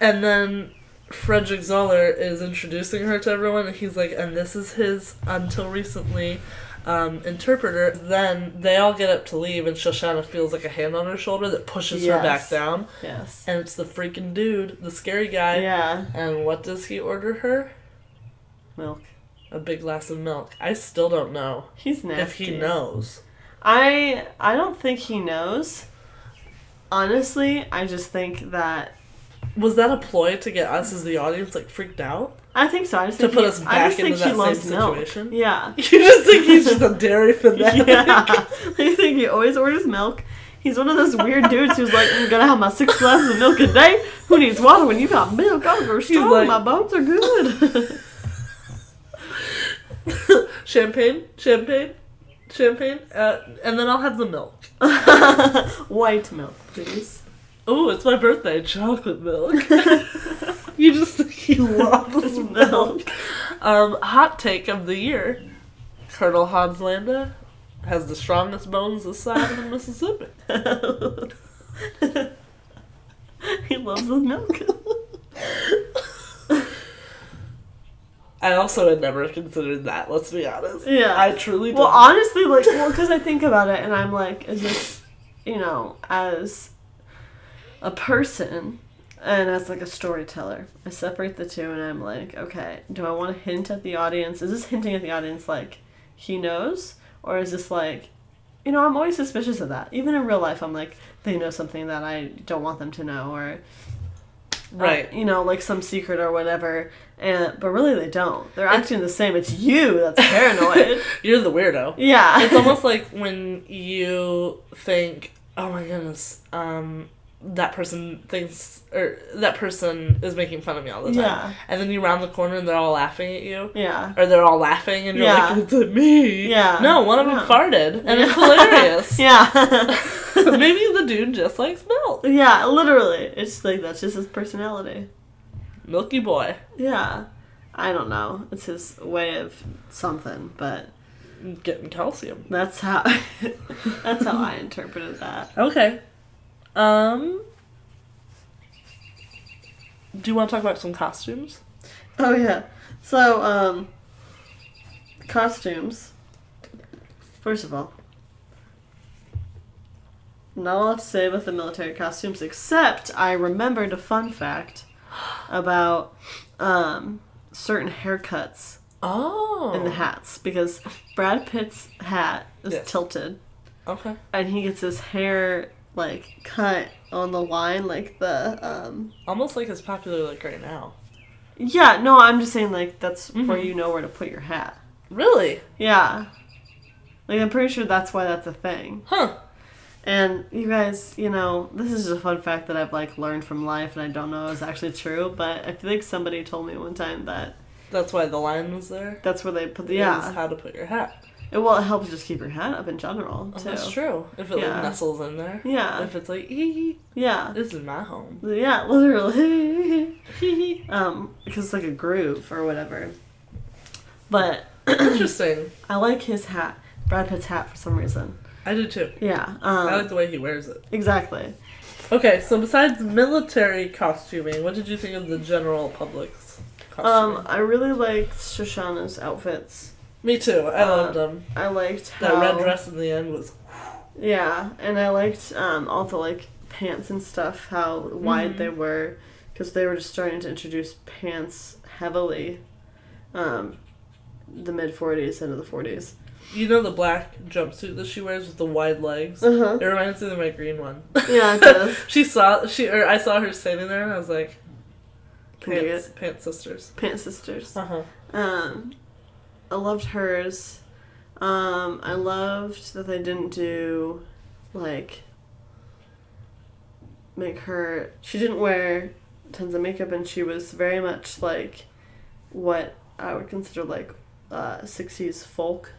B: and then Frederick Zoller is introducing her to everyone, and he's like, and this is his, until recently, um, interpreter. Then they all get up to leave, and Shoshana feels like a hand on her shoulder that pushes her back
A: Yes.
B: down.
A: Yes.
B: And it's the freaking dude, the scary guy.
A: Yeah.
B: And what does he order her?
A: Milk.
B: A big glass of milk. I still don't know
A: He's nasty.
B: if he knows.
A: I I don't think he knows. Honestly, I just think that
B: Was that a ploy to get us as the audience like freaked out?
A: I think so. I just
B: To
A: think
B: put
A: he-
B: us
A: I
B: back
A: just think
B: into
A: he
B: that
A: loves
B: same
A: milk.
B: situation?
A: Yeah.
B: You just think he's just a dairy fanatic.
A: yeah. I think he always orders milk. He's one of those weird dudes who's like, I'm gonna have my six glasses of milk a day. Who needs water when you got milk? I'm grow strong.
B: like-
A: my bones are good.
B: champagne, champagne, champagne, uh, and then I'll have the milk.
A: White milk, please.
B: Oh, it's my birthday, chocolate milk. you just think he loves milk.
A: milk.
B: Um, hot take of the year: Colonel Hans Landa has the strongest bones this side of the Mississippi.
A: he loves his milk.
B: I also had never considered that. Let's be honest.
A: Yeah.
B: I truly.
A: Well,
B: didn't.
A: honestly, like, well, because I think about it and I'm like, is this, you know, as a person and as like a storyteller, I separate the two and I'm like, okay, do I want to hint at the audience? Is this hinting at the audience like he knows? Or is this like, you know, I'm always suspicious of that. Even in real life, I'm like, they know something that I don't want them to know or.
B: Right.
A: uh, you know, like some secret or whatever, and but really they don't. They're acting the same. It's you that's paranoid.
B: You're the weirdo.
A: Yeah.
B: It's almost like when you think, "Oh my goodness, um, that person thinks or that person is making fun of me all the time,"
A: Yeah.
B: and then you round the corner and they're all laughing at you,
A: yeah.
B: or they're all laughing and you're
A: Yeah.
B: like, "It's at me."
A: Yeah.
B: No, one of them
A: Yeah.
B: farted, and it's hilarious.
A: Yeah.
B: Maybe the dude just likes milk.
A: yeah, literally. It's like that's just his personality.
B: Milky boy.
A: Yeah. I don't know. It's his way of something, but
B: Getting calcium.
A: that's how that's how I interpreted that.
B: Okay. Um. Do you want to talk about some costumes?
A: Oh yeah. So, um costumes. First of all, not a lot to say about the military costumes, except I remembered a fun fact about um, certain haircuts
B: Oh.
A: and the hats because Brad Pitt's hat is
B: Yes.
A: tilted
B: Okay.
A: and he gets his hair like cut on the line like the um
B: Almost like it's popular like right now.
A: yeah no i'm just saying like that's where
B: Mhm.
A: you know where to put your hat
B: Really?
A: yeah like i'm pretty sure that's why that's a thing
B: Huh.
A: And you guys, you know, this is just a fun fact that I've like learned from life, and I don't know it's actually true, but I feel like somebody told me one time that
B: That's why the line was there.
A: that's where they put the
B: Is
A: yeah.
B: how to put your hat.
A: It, well, it helps just keep your hat up in general
B: Oh,
A: too.
B: that's true. If it
A: Yeah.
B: like nestles in there.
A: Yeah, Uh.
B: If it's like, hee hee,
A: yeah,
B: this is my home.
A: yeah, literally, um, because it's like a groove or whatever. But
B: Interesting.
A: I like his hat, Brad Pitt's hat for some reason.
B: I do too.
A: Yeah,
B: I like
A: um,
B: the way he wears it.
A: exactly.
B: Okay, so besides military costuming, what did you think of the general public's costuming?
A: Um, I really liked Shoshana's outfits.
B: Me too. I
A: uh, um,
B: loved them.
A: I liked how
B: That red dress in the end was
A: Yeah, and I liked um, all the like pants and stuff, how wide
B: Mhm.
A: they were, because they were just starting to introduce pants heavily, um, the mid '40s into the '40s.
B: You know the black jumpsuit that she wears with the wide legs?
A: Uh-huh.
B: It reminds me of my green one.
A: Yeah, it does.
B: she saw she or I saw her standing there and I was like
A: Can dig
B: Pants, pants sisters.
A: Pant sisters.
B: Uh-huh.
A: Um, I loved hers. Um, I loved that they didn't do, like, make her. She didn't wear tons of makeup, and she was very much like what I would consider like uh, 60s folk.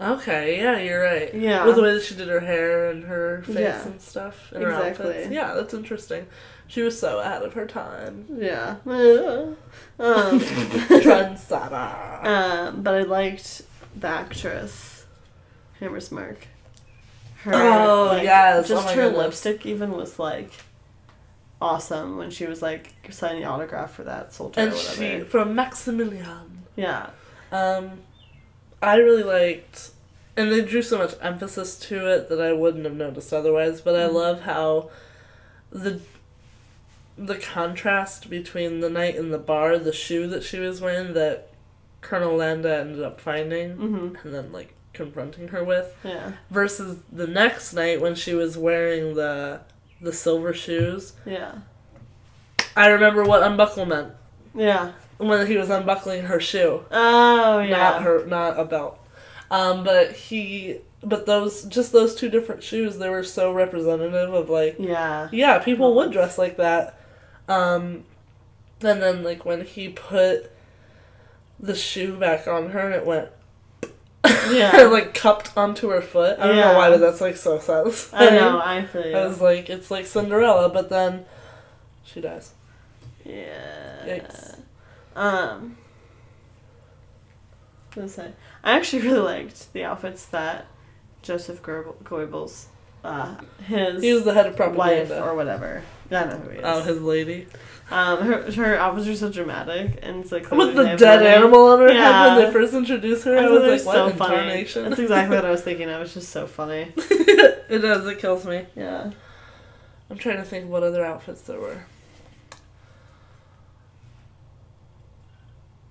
B: Okay, yeah, you're right.
A: Yeah.
B: With the way that she did her hair and her face
A: Yeah.
B: and stuff and her
A: Exactly.
B: outfits. Yeah, that's interesting. She was so out of her time.
A: Yeah. um,
B: Trendsetter.
A: um, but I liked the actress, Hammer's Mark. Her,
B: Oh, yes. Oh
A: Just
B: my
A: her
B: goodness.
A: lipstick even was like awesome when she was like signing the autograph for that soldier or
B: And she
A: whatever.
B: from Maximilian.
A: Yeah.
B: Um, I really liked, and they drew so much emphasis to it that I wouldn't have noticed otherwise. But I love how the the contrast between the night in the bar, the shoe that she was wearing that Colonel Landa ended up finding,
A: Mhm.
B: and then like confronting her with,
A: Yeah.
B: versus the next night when she was wearing the the silver shoes.
A: Yeah.
B: I remember what unbuckle meant
A: Yeah.
B: when he was unbuckling her shoe.
A: Oh yeah.
B: not her not a belt um but he but those just those two different shoes they were so representative of like
A: Yeah.
B: yeah people would dress like that um and then like when he put the shoe back on her and it went
A: Yeah.
B: like cupped onto her foot i don't know why
A: Yeah.
B: but that's like so satisfying
A: I know. I feel
B: i
A: you.
B: was like it's like cinderella but then she dies
A: yeah.
B: Yikes.
A: Um. what was I I actually really liked the outfits that Joseph Goebbels, Goebbels uh, his
B: he was the head
A: wife
B: of propaganda
A: or whatever. I don't know who he is.
B: oh his lady
A: Um, her, her outfits are so dramatic, and it's like clearly
B: With the
A: they have
B: dead
A: money.
B: animal on her head when
A: Yeah.
B: they first introduced her,
A: I
B: I
A: thought it
B: was like,
A: was
B: what
A: so funny.
B: incarnation?
A: That's exactly what I was thinking. I was just so funny.
B: it does, it kills me.
A: Yeah.
B: I'm trying to think what other outfits there were.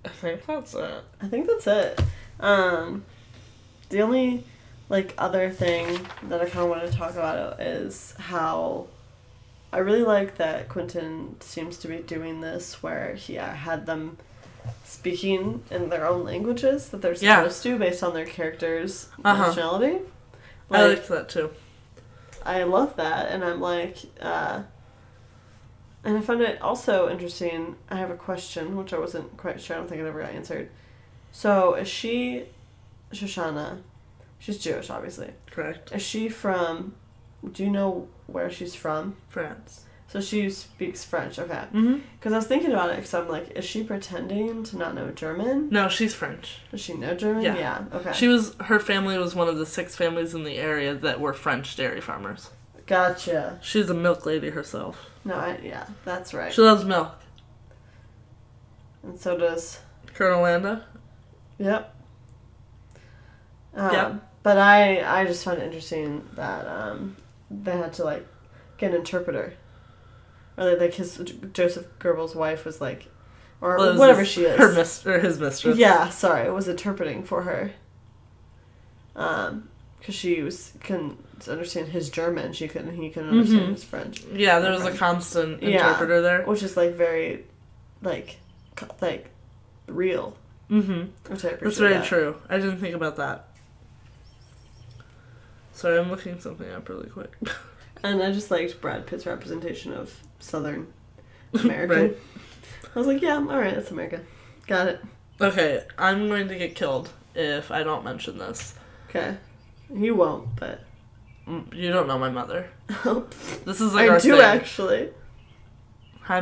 B: I think that's it.
A: I think that's it. Um, the only like other thing that I kind of want to talk about is how I really like that Quentin seems to be doing this where he uh, had them speaking in their own languages that they're
B: Yeah.
A: supposed to based on their characters'
B: Uh-huh. Oh,
A: nationality.
B: I
A: Like,
B: liked that too.
A: I love that, and I'm like, uh, and I found it also interesting. I have a question, which I wasn't quite sure. I don't think it ever got answered. So, is she Shoshana? She's Jewish, obviously.
B: Correct.
A: Is she from? Do you know where she's from?
B: France.
A: So she speaks French, okay?
B: Mm-hmm.
A: Because I was thinking about it, because I'm like, is she pretending to not know German?
B: No, she's French.
A: Does she know German?
B: Yeah.
A: okay.
B: She was her family was one of the six families in the area that were French dairy farmers.
A: gotcha.
B: She's a milk lady herself.
A: No, I, yeah, that's right.
B: She loves milk.
A: and so does
B: Colonel Landa.
A: Yep. Um,
B: Yep.
A: But I I just found it interesting that um, they had to like get an interpreter. Or like, like his Joseph Goebbels' wife was like or
B: Well, it was
A: whatever
B: his-
A: she is.
B: Her mis- or his mistress.
A: Yeah, sorry, I was interpreting for her. Um, because she was couldn't understand his German, she couldn't, he couldn't understand
B: Mhm.
A: his French,
B: Yeah, there was a constant
A: Yeah.
B: interpreter there.
A: which is like very, like, co- like, real.
B: Mm-hmm.
A: Which I appreciate.
B: That's very
A: that.
B: true. I didn't think about that. Sorry, I'm looking something up really quick.
A: And I just liked Brad Pitt's representation of Southern America.
B: Right.
A: I was like, yeah, all right, that's America. Got it.
B: Okay, I'm going to get killed if I don't mention this.
A: Okay. You won't, but
B: Mm, You don't know my mother. This is like
A: I
B: our
A: do
B: thing.
A: actually.
B: Hi,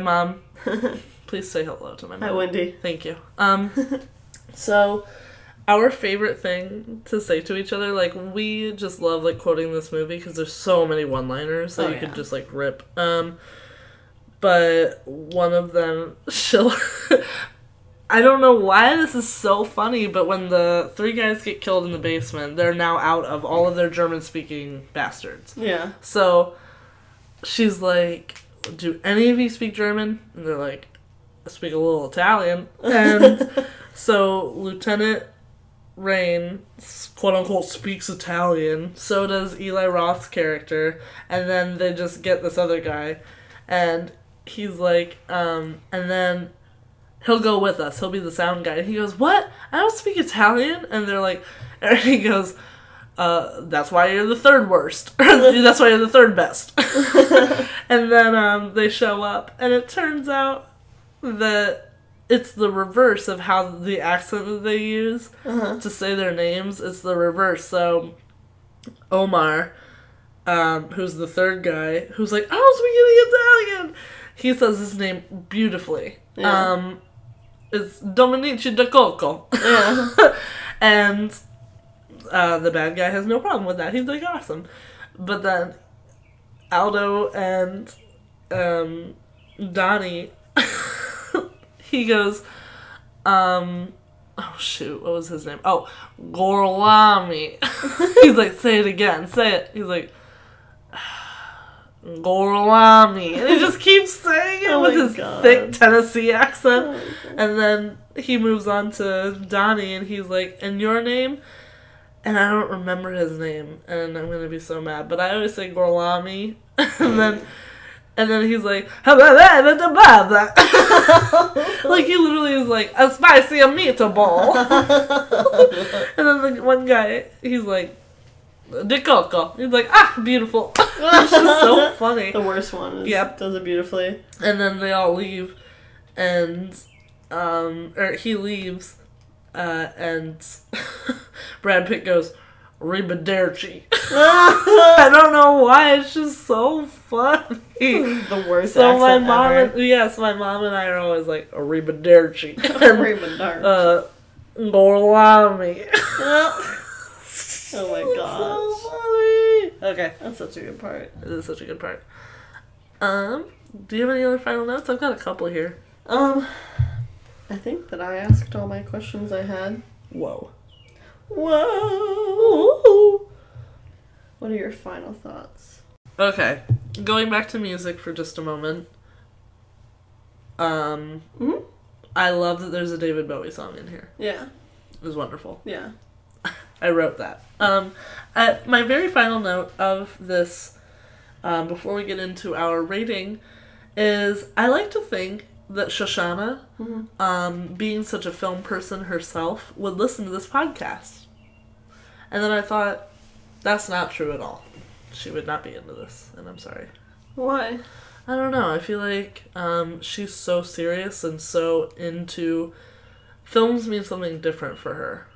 B: mom.
A: Hi,
B: Please say hello to my mom.
A: Wendy.
B: Thank you. Um, so our favorite thing to say to each other, like we just love like quoting this movie because there's so many one-liners that
A: Oh,
B: you
A: yeah.
B: could just like rip. Um, but one of them, she'll. I don't know why this is so funny, but when the three guys get killed in the basement, they're now out of all of their German-speaking bastards.
A: Yeah.
B: So she's like, Do any of you speak German? And they're like, I speak a little Italian. And so Lieutenant Rain, quote unquote, speaks Italian. So does Eli Roth's character. And then they just get this other guy. And he's like, um, and then he'll go with us. He'll be the sound guy. And he goes, What? I don't speak Italian? And they're like, and he goes, uh, that's why you're the third worst. that's why you're the third best. and then um, they show up, and it turns out that it's the reverse of how the accent that they use
A: Uh-huh.
B: to say their names. It's the reverse. So Omar, um, who's the third guy, who's like, "Oh, I don't speak any Italian. He says his name beautifully.
A: Yeah.
B: Um, it's Dominici De Coco.
A: Yeah.
B: and uh, the bad guy has no problem with that. He's like awesome, but then Aldo and um, Donnie, he goes, um, oh shoot, what was his name? Oh, Gorlami. He's like, say it again, say it. He's like. Gorlami. And he just keeps saying it
A: Oh
B: with
A: my
B: his
A: God.
B: thick Tennessee accent.
A: Oh my God.
B: And then he moves on to Donnie and he's like, And your name? And I don't remember his name and I'm gonna be so mad. But I always say Gorlami and then and then he's like, "How about that? That's a blah, blah." like he literally is like a spicy meatball. and then the one guy, he's like, "De coco." He's like, "Ah, beautiful." it's just so funny.
A: The worst one is
B: Yep.
A: does it beautifully.
B: And then they all leave, and um, or he leaves, uh, and Brad Pitt goes, "Ribaderci." I don't know why. It's just so funny.
A: the worst
B: So
A: accent
B: my mom,
A: ever.
B: and, yes, my mom and I are always like arrivederci, and,
A: Raymond Dark.
B: uh, gorlami. Uh,
A: oh my gosh.
B: so funny. Okay,
A: That's such a good part.
B: this is such a good part. Um, do you have any other final notes? I've got a couple here.
A: Um, I think that I asked all my questions I had.
B: Whoa.
A: Whoa! What are your final thoughts?
B: Okay, going back to music for just a moment. Um,
A: Mhm.
B: I love that there's a David Bowie song in here.
A: Yeah,
B: It was wonderful.
A: yeah.
B: I wrote that. Um, uh, my very final note of this, um, before we get into our rating, is I like to think that Shoshana,
A: Mhm.
B: um, being such a film person herself, would listen to this podcast. And then I thought, that's not true at all. She would not be into this, and I'm sorry.
A: Why?
B: I don't know. I feel like um, she's so serious and so into films mean something different for her.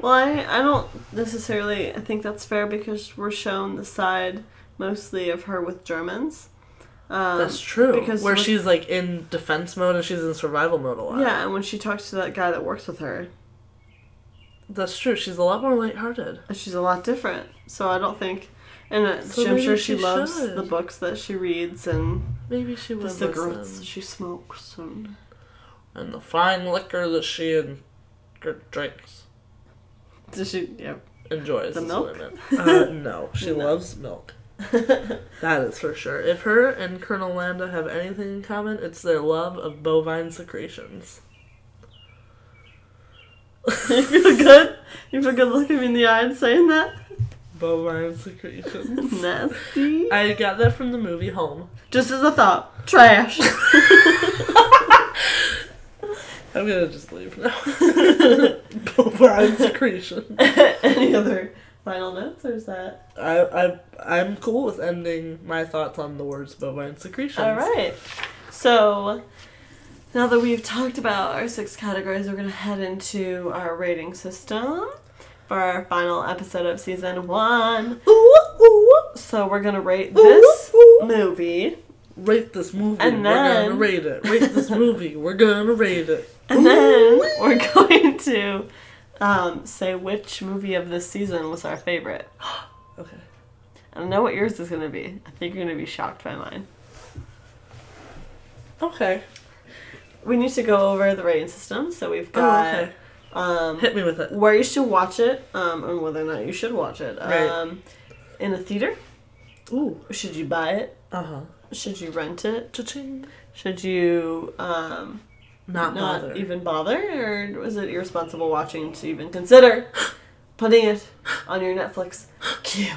A: Well, I, I don't necessarily. I think that's fair because we're shown the side mostly of her with Germans. Um,
B: That's true.
A: because
B: where
A: with-
B: she's like in defense mode and she's in survival mode a lot.
A: Yeah, and when she talks to that guy that works with her,
B: That's true. She's a lot more lighthearted.
A: she's a lot different. So I don't think. And uh,
B: So
A: I'm
B: maybe
A: sure she,
B: she
A: loves
B: should.
A: the books that she reads and
B: Maybe she
A: the
B: would
A: cigarettes
B: listen.
A: she smokes. And...
B: And the fine liquor that she and gr- drinks
A: Does she? Yeah.
B: enjoys.
A: The
B: is
A: milk?
B: What I meant. Uh, no, she
A: No.
B: loves milk. That is for sure. If her and Colonel Landa have anything in common, it's their love of bovine secretions.
A: you feel good? You feel good looking me in the eye and saying that?
B: Bovine secretions.
A: Nasty.
B: I got that from the movie Home.
A: Just as a thought. Trash.
B: I'm gonna just leave now. bovine secretions.
A: Any other final notes or is that?
B: I, I, I'm cool with ending my thoughts on the words bovine secretions.
A: Alright. So now that we've talked about our six categories, we're gonna head into our rating system for our final episode of season one.
B: Ooh, ooh,
A: So we're gonna rate
B: Ooh,
A: this
B: ooh.
A: movie.
B: Rate this movie.
A: And
B: We're
A: then-
B: gonna rate it. Rate this movie. We're gonna rate it.
A: And then we're going to um, say which movie of this season was our favorite.
B: Okay.
A: I don't know what yours is going to be. I think you're going to be shocked by mine.
B: Okay.
A: We need to go over the rating system. So we've got
B: Oh, okay.
A: um,
B: Hit me with it.
A: where you should watch it um, and whether or not you should watch it.
B: Right.
A: Um, in a theater,
B: Ooh.
A: should you buy it?
B: Uh huh.
A: Should you rent it?
B: Cha-ching.
A: Should you um,
B: Not,
A: not
B: bother.
A: even bother? Or was it irresponsible watching to even consider putting it on your Netflix queue?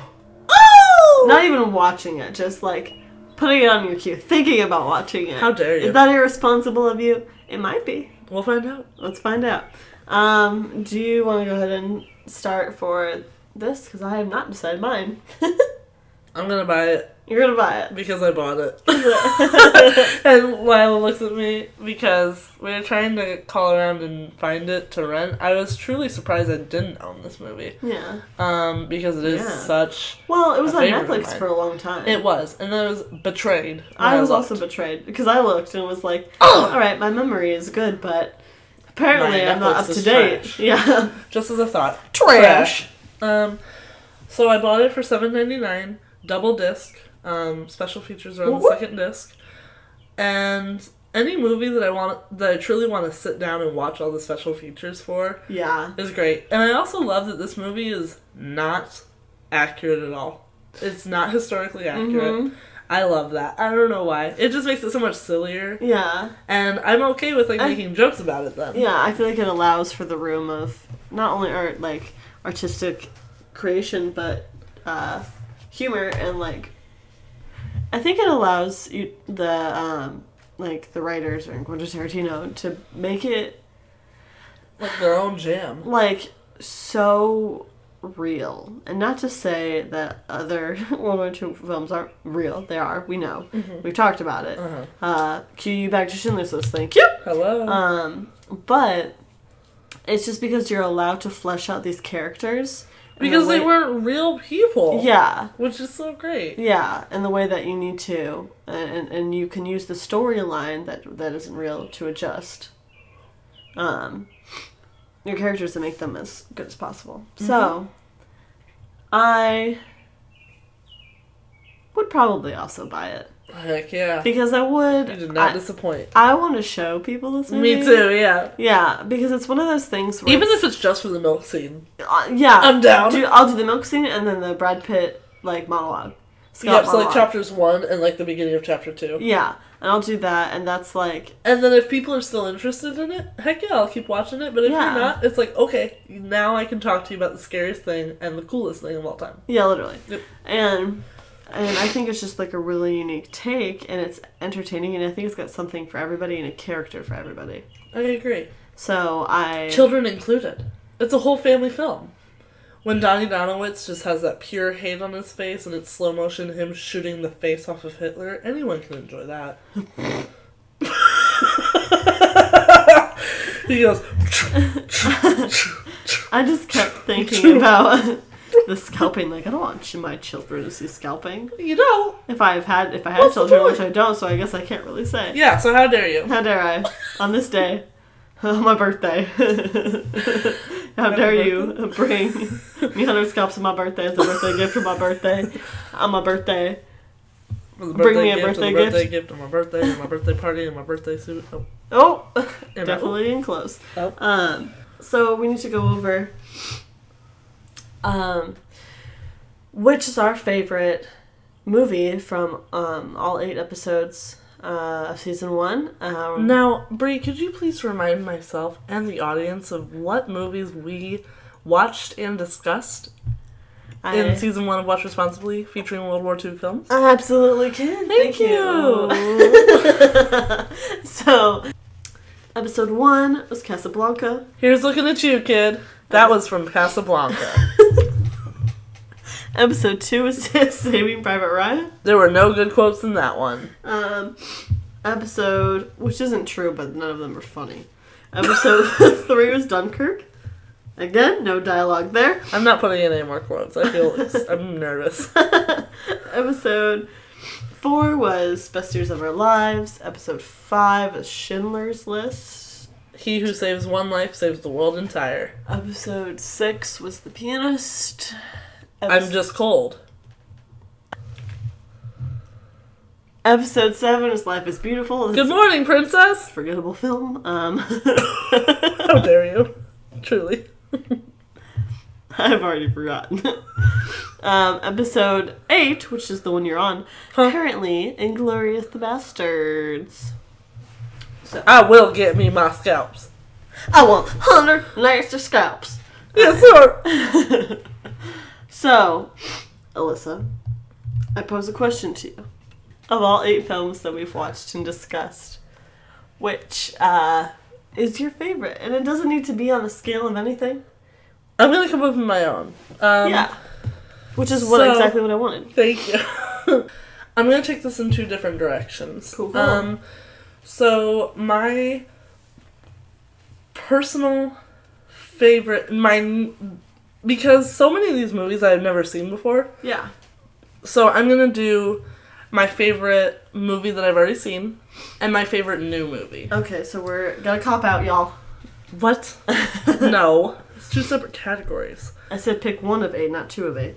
B: Oh!
A: Not even watching it, just like putting it on your queue, thinking about watching it.
B: How dare you?
A: Is that irresponsible of you? It might be.
B: we'll find out.
A: Let's find out. Um, do you want to go ahead and start for this? Because I have not decided mine.
B: I'm gonna buy it
A: You're gonna buy it.
B: because I bought it. and Lila looks at me because we were trying to call around and find it to rent. I was truly surprised I didn't own this movie.
A: Yeah.
B: Um, because it is
A: Yeah.
B: such.
A: Well, it was
B: A
A: on
B: favorite of
A: Netflix
B: mine.
A: for a long time.
B: It was, and I was betrayed. when
A: I was
B: looked.
A: also betrayed because I looked and was like,
B: Oh!
A: all right, my memory is good, but apparently
B: My
A: I'm not
B: Netflix
A: up to
B: is
A: date."
B: trash.
A: Yeah.
B: just as a thought.
A: Trash.
B: Um, so I bought it for seven ninety nine, double disc. Um, special features are on the
A: Woo-woo.
B: second disc, and any movie that I want that I truly want to sit down and watch all the special features for
A: Yeah.
B: is great. And I also love that this movie is not accurate at all. It's not historically accurate.
A: Mhm.
B: I love that. I don't know why. It just makes it so much sillier,
A: Yeah.
B: and I'm okay with like
A: I-
B: making jokes about it then.
A: Yeah, I feel like it allows for the room of not only art, like artistic creation, but uh, humor and like. I think it allows you the um, like the writers or Quentin Tarantino to make it
B: Like their own jam.
A: like so real and not to say that other world war ii films aren't real they are we know we've talked about it
B: Uh-huh.
A: uh cue you back to schindler's list thank you
B: Hello.
A: um, but it's just because you're allowed to flesh out these characters in the
B: because they
A: way-
B: weren't real people.
A: Yeah,
B: Which is so great.
A: yeah, and the way that you need to, and and you can use the storyline that that isn't real to adjust. Um, your characters to make them as good as possible.
B: Mm-hmm.
A: So, I would probably also buy it
B: Heck yeah.
A: because I would.
B: You did not
A: I, Mm-hmm.
B: disappoint.
A: I want to show people this movie.
B: Me too, yeah.
A: Yeah, because it's one of those things. Where
B: Even
A: it's-
B: if it's just for the milk scene.
A: Uh, yeah,
B: I'm down.
A: Do, I'll do the milk scene and then the Brad Pitt like monologue. Scott
B: Yep, so like
A: monologue.
B: chapters one and like the beginning of chapter two.
A: Yeah, and I'll do that, and that's like
B: And then if people are still interested in it, heck yeah, I'll keep watching it. But if
A: Yeah.
B: you're not, it's like, okay, now I can talk to you about the scariest thing and the coolest thing of all time.
A: yeah, literally.
B: Yep.
A: And and I think it's just like a really unique take, and it's entertaining, and I think it's got something for everybody and a character for everybody.
B: I agree.
A: So I
B: Children included. It's a whole family film. When Donnie Donowitz just has that pure hate on his face and it's slow motion him shooting the face off of Hitler, anyone can enjoy that. he goes,
A: I just kept thinking about the scalping. Like I don't want my children to see scalping.
B: You know.
A: If I've had if I had
B: What's the
A: children,
B: point?
A: which I don't, so I guess I can't really say.
B: Yeah, so how dare you?
A: How dare I? On this day, on my birthday. How
B: Happy
A: dare you bring me 100 scalps on my birthday as a birthday gift for my birthday? On my birthday.
B: For the
A: Bring me a
B: gift, for the
A: birthday
B: birthday gift, and my birthday, and my birthday party, and my birthday suit. Oh,
A: Oh,
B: and my-
A: definitely in close.
B: Oh.
A: Um, so we need to go over um, which is our favorite movie from um, all eight episodes uh, of season one. Um,
B: Now, Brie, could you please remind myself and the audience of what movies we watched and discussed
A: I
B: in season one of Watch Responsibly, featuring World War II films?
A: absolutely can. Thank, you. so, episode one was Casablanca.
B: Here's looking at you, kid. That was from Casablanca.
A: Episode two was Saving Private Ryan.
B: there were no good quotes in that one.
A: Um, episode, which isn't true, but none of them are funny. Episode three was Dunkirk. Again, no dialogue there.
B: I'm not putting in any more quotes. I feel I'm nervous.
A: episode four was Best Years of Our Lives. Episode five was Schindler's List.
B: He who saves one life saves the world entire.
A: Episode six was The Pianist.
B: I'm just cold.
A: Episode seven was Life is Beautiful. It's
B: Good morning, princess.
A: a forgettable film. Um,
B: How dare you? Truly.
A: I've already forgotten. um, episode eight, which is the one you're on,
B: Huh.
A: currently Inglorious the Bastards.
B: I will get me my scalps.
A: I want hundred Oh, nicer scalps.
B: Yes, sir.
A: So, Alyssa, I pose a question to you. Of all eight films that we've watched and discussed, which uh, is your favorite? And it doesn't need to be on a scale of anything.
B: I'm gonna come up with my own. Um,
A: yeah. Which is what
B: so-
A: exactly what I wanted.
B: Thank you. I'm gonna take this in two different directions.
A: Cool, cool.
B: Um, so my personal favorite, my because so many of these movies I've never seen before.
A: Yeah.
B: So I'm gonna do my favorite movie that I've already seen and my favorite new movie.
A: Okay, so we're got to cop out, y'all.
B: What? no, it's two separate categories.
A: I said pick one of eight, not two of eight.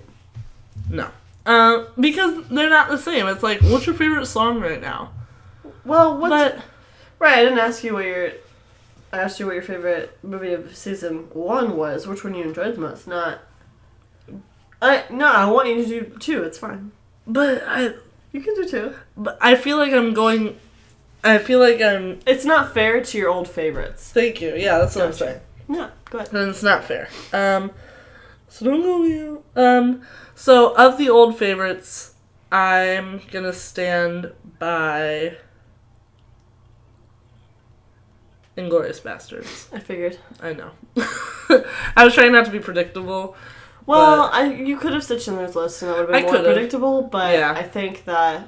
B: No. Uh, because they're not the same. It's like, what's your favorite song right now?
A: Well, what's
B: But
A: right? I didn't ask you what your I asked you what your favorite movie of season one was, which one you enjoyed the most. Not. I no, I want you to do two. It's fine.
B: but I
A: You can do two.
B: But I feel like I'm going. I feel like I'm.
A: It's not fair to your old favorites.
B: Thank you. Yeah, that's what I'm
A: Gotcha.
B: saying.
A: No, go ahead.
B: And it's not fair. Um, so don't go you. Um, so of the old favorites, I'm gonna stand by. Inglorious Bastards.
A: I figured.
B: I know. I was trying not to be predictable.
A: Well, I you could have said Schindler's List, and that would
B: I
A: have been more
B: could've.
A: predictable. But
B: Yeah.
A: I think that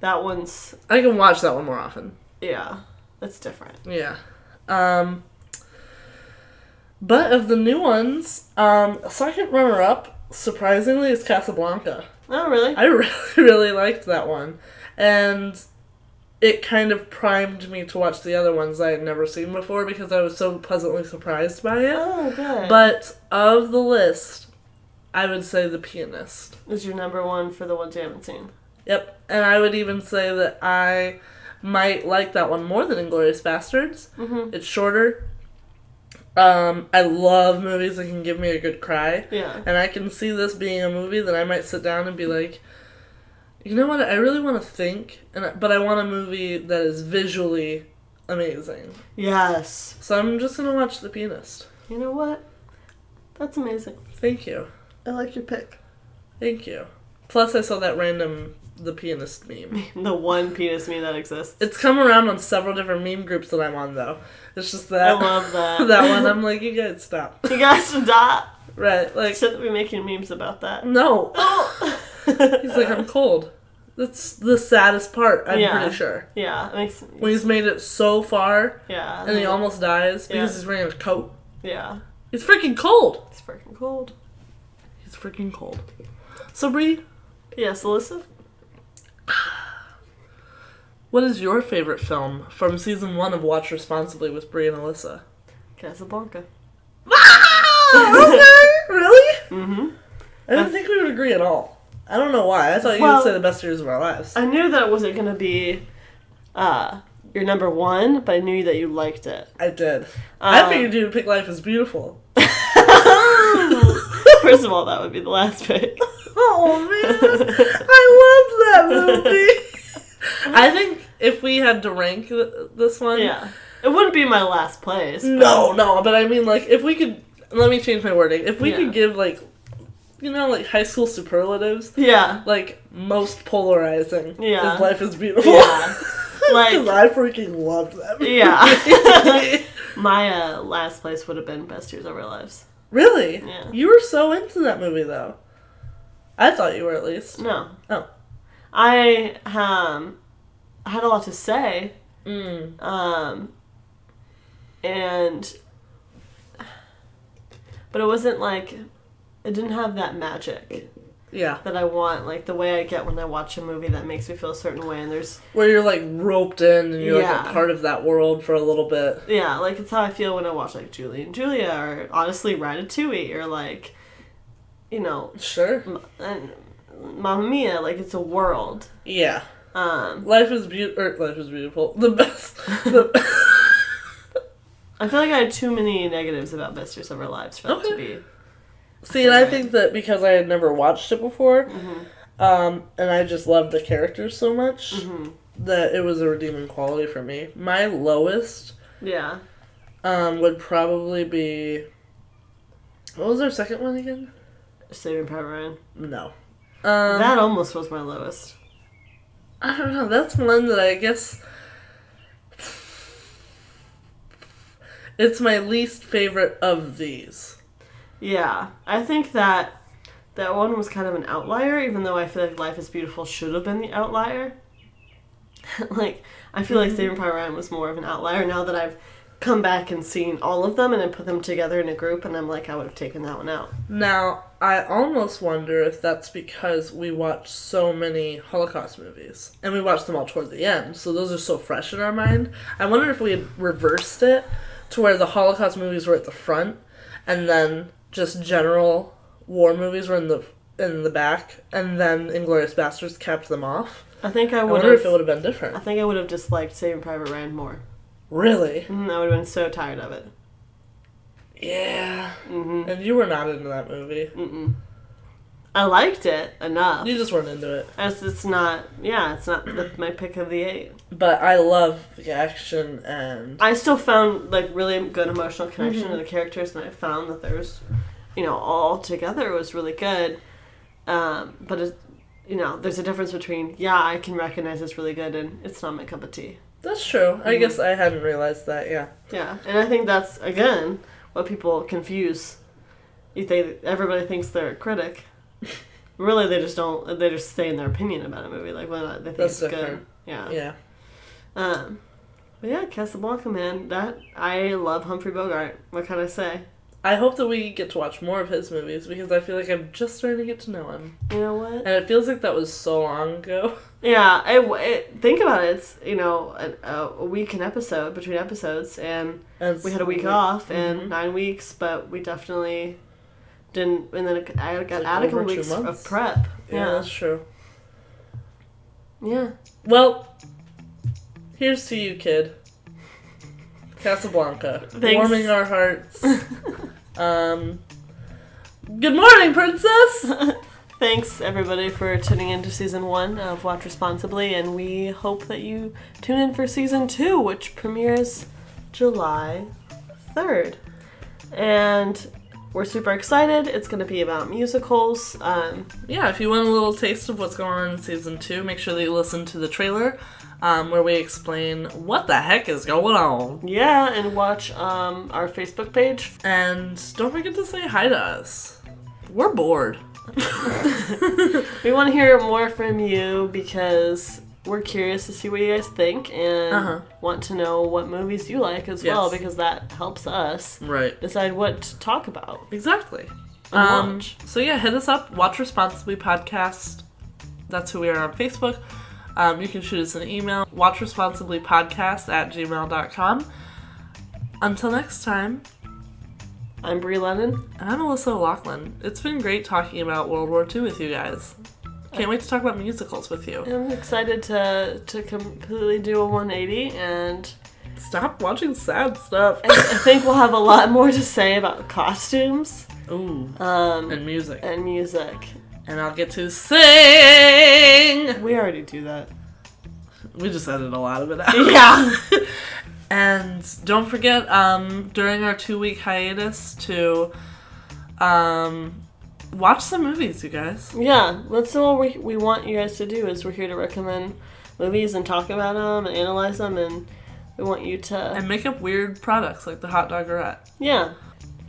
A: that one's
B: I can watch that one more often.
A: yeah, that's different.
B: Yeah. Um But of the new ones, um second runner up, surprisingly, is Casablanca.
A: Oh really?
B: I really, really liked that one. And it kind of primed me to watch the other ones I had never seen before because I was so pleasantly surprised by it.
A: oh good.
B: But of the list, I would say the pianist.
A: is your number one for the ones you haven't seen?
B: Yep. And I would even say that I might like that one more than Inglorious Bastards.
A: Mm-hmm.
B: It's shorter. Um, I love movies that can give me a good cry.
A: Yeah.
B: And I can see this being a movie that I might sit down and be like, you know what? I really want to think, and but I want a movie that is visually amazing.
A: Yes.
B: So I'm just gonna watch The Pianist.
A: You know what? That's amazing.
B: Thank you,
A: I like your pick.
B: thank you. Plus, I saw that random The Pianist meme.
A: The one penis me that exists.
B: It's come around on several different meme groups that I'm on though. It's just that
A: I love that.
B: that one. I'm like, you guys stop.
A: You guys should not
B: Right? Like,
A: shouldn't be making memes about that.
B: no. He's
A: He's
B: like, I'm cold. That's the saddest part, I'm
A: Yeah.
B: pretty sure.
A: yeah, it makes
B: When he's made it so far
A: yeah,
B: and he almost dies because
A: Uh-huh. Yeah.
B: he's wearing a coat.
A: yeah.
B: He's freaking cold.
A: It's freaking cold.
B: He's freaking cold. So, Brie,
A: Yes, Alyssa.
B: what is your favorite film from season one of Watch Responsibly with Brie and Alyssa?
A: Casablanca. Ah,
B: okay, really?
A: Mm-hmm.
B: I didn't think we would agree at all. I don't know why. I thought you
A: Well-
B: would say the best years of our lives.
A: I knew that it wasn't gonna be uh your number one, but I knew that you liked it.
B: I did.
A: Um,
B: I figured you would pick Life is Beautiful.
A: First of all, that would be the last pick.
B: Oh man, I love that movie. I think if we had to rank th- this one,
A: Yeah. It wouldn't be my last place. but-
B: no, no. But I mean, like, if we could, let me change my wording. If we
A: Yeah.
B: could give like, you know, like high school superlatives,
A: Yeah.
B: like most polarizing.
A: Yeah.
B: is life is beautiful.
A: Yeah. Like-
B: 'Cause I freaking loved that. Movie.
A: Yeah. my uh, last place would have been best years of our lives.
B: really?
A: Yeah.
B: You were so into that movie though. I thought you were at least.
A: No.
B: Oh.
A: I um had a lot to say.
B: Mm.
A: Um and but it wasn't like it didn't have that magic
B: Yeah.
A: that I want, like the way I get when I watch a movie that makes me feel a certain way and there's
B: Where you're like roped in and you're like
A: Yeah.
B: a part of that world for a little bit.
A: Yeah, like it's how I feel when I watch like Julie and Julia, or honestly Ratatouille, or like, you know,
B: Sure.
A: M- and Mamma Mia. Like it's a world.
B: Yeah.
A: Um,
B: Life is beautiful. Life is beautiful. The best. The-
A: I feel like I had too many negatives about Best Years of Our Lives for that to be.
B: See, and I think that because I had never watched it before,
A: Mhm.
B: um, and I just loved the characters so much
A: Mhm.
B: that it was a redeeming quality for me. My lowest
A: Yeah,
B: um, would probably be. What was our second one again?
A: Saving Private Ryan.
B: No. Um,
A: that almost was my lowest.
B: I don't know. That's one that I guess it's my least favorite of these.
A: Yeah, I think that that one was kind of an outlier, even though I feel like Life is Beautiful should have been the outlier. like, I feel
B: Mm-hmm.
A: like Saving Private Ryan was more of an outlier now that I've come back and seen all of them and I put them together in a group, and I'm like, I would have taken that one out.
B: Now, I almost wonder if that's because we watched so many Holocaust movies and we watched them all toward the end, so those are so fresh in our mind. I wonder if we had reversed it to where the Holocaust movies were at the front and then just general war movies were in the in the back and then Inglorious Bastards capped them off.
A: I think I
B: I
A: would
B: wonder if it
A: have.
B: would have been different.
A: I think I would have disliked Saving Private Ryan more.
B: Really?
A: Mm, I would have been so tired of it.
B: Yeah.
A: hmm
B: And you were not into that movie.
A: Mm-mm. I liked it enough.
B: You just weren't into it.
A: As it's not, yeah, it's not the, my pick of the eight.
B: But I love the action and
A: I still found like really good emotional connection to
B: Mhm.
A: the characters, and I found that there was, you know, all together was really good. Um, but it, you know, there's a difference between yeah, I can recognize it's really good, and it's not my cup of tea.
B: that's true. I
A: Mhm.
B: guess I hadn't realized that. Yeah.
A: Yeah, and I think that's again what people confuse. You think everybody thinks they're a critic. really, they just don't. They just stay in their opinion about a movie, like whether or not they think
B: That's
A: it's good.
B: different.
A: Yeah.
B: Yeah.
A: Um, but yeah, Casablanca, man. That I love Humphrey Bogart. What can I say?
B: I hope that we get to watch more of his movies because I feel like I'm just starting to get to know him,
A: You know what?
B: and it feels like that was so long ago.
A: Yeah, it, it, think about it. It's you know a, a week an episode between episodes, and
B: And
A: we had a week
B: so-
A: off and
B: Mhm.
A: nine weeks, but we definitely didn't. And then I got
B: like
A: out a couple
B: over two
A: weeks
B: months.
A: of prep.
B: Yeah,
A: Yeah,
B: that's true.
A: yeah.
B: Well, here's to you, kid. Casablanca,
A: Thanks.
B: warming our hearts. um. Good morning, princess.
A: Thanks everybody for tuning into season one of Watch Responsibly, and we hope that you tune in for season two, which premieres July 3rd. And we're super excited. It's going to be about musicals. Um,
B: Yeah, if you want a little taste of what's going on in season two, make sure that you listen to the trailer um, where we explain what the heck is going on.
A: yeah, and watch um, our Facebook page.
B: And don't forget to say hi to us. We're bored.
A: We want to hear more from you because we're curious to see what you guys think and
B: Uh-huh.
A: want to know what movies you like as well
B: Yes.
A: because that helps us
B: Right.
A: decide what to talk about.
B: Exactly.
A: And
B: Um,
A: watch.
B: so yeah, hit us up. Watch Responsibly Podcast. That's who we are on Facebook. Um, you can shoot us an email. WatchResponsiblyPodcast at gmail.com. Until next time,
A: I'm Brie Lennon.
B: And I'm Alyssa Lachlan. It's been great talking about World War II with you guys. Can't wait to talk about musicals with you.
A: I'm excited to to completely do a 180, and
B: Stop watching sad stuff.
A: I, I think we'll have a lot more to say about costumes
B: Ooh,
A: um,
B: and music.
A: and music.
B: and I'll get to sing.
A: We already do that.
B: We just edited a lot of it out.
A: Yeah.
B: And don't forget, um, during our two week hiatus, to um, watch some movies, you guys.
A: Yeah, that's all we, we want you guys to do is we're here to recommend movies and talk about them and analyze them and we want you to
B: And make up weird products like the hot doggerette.
A: yeah.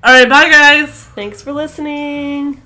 B: All right, bye, guys.
A: Thanks for listening.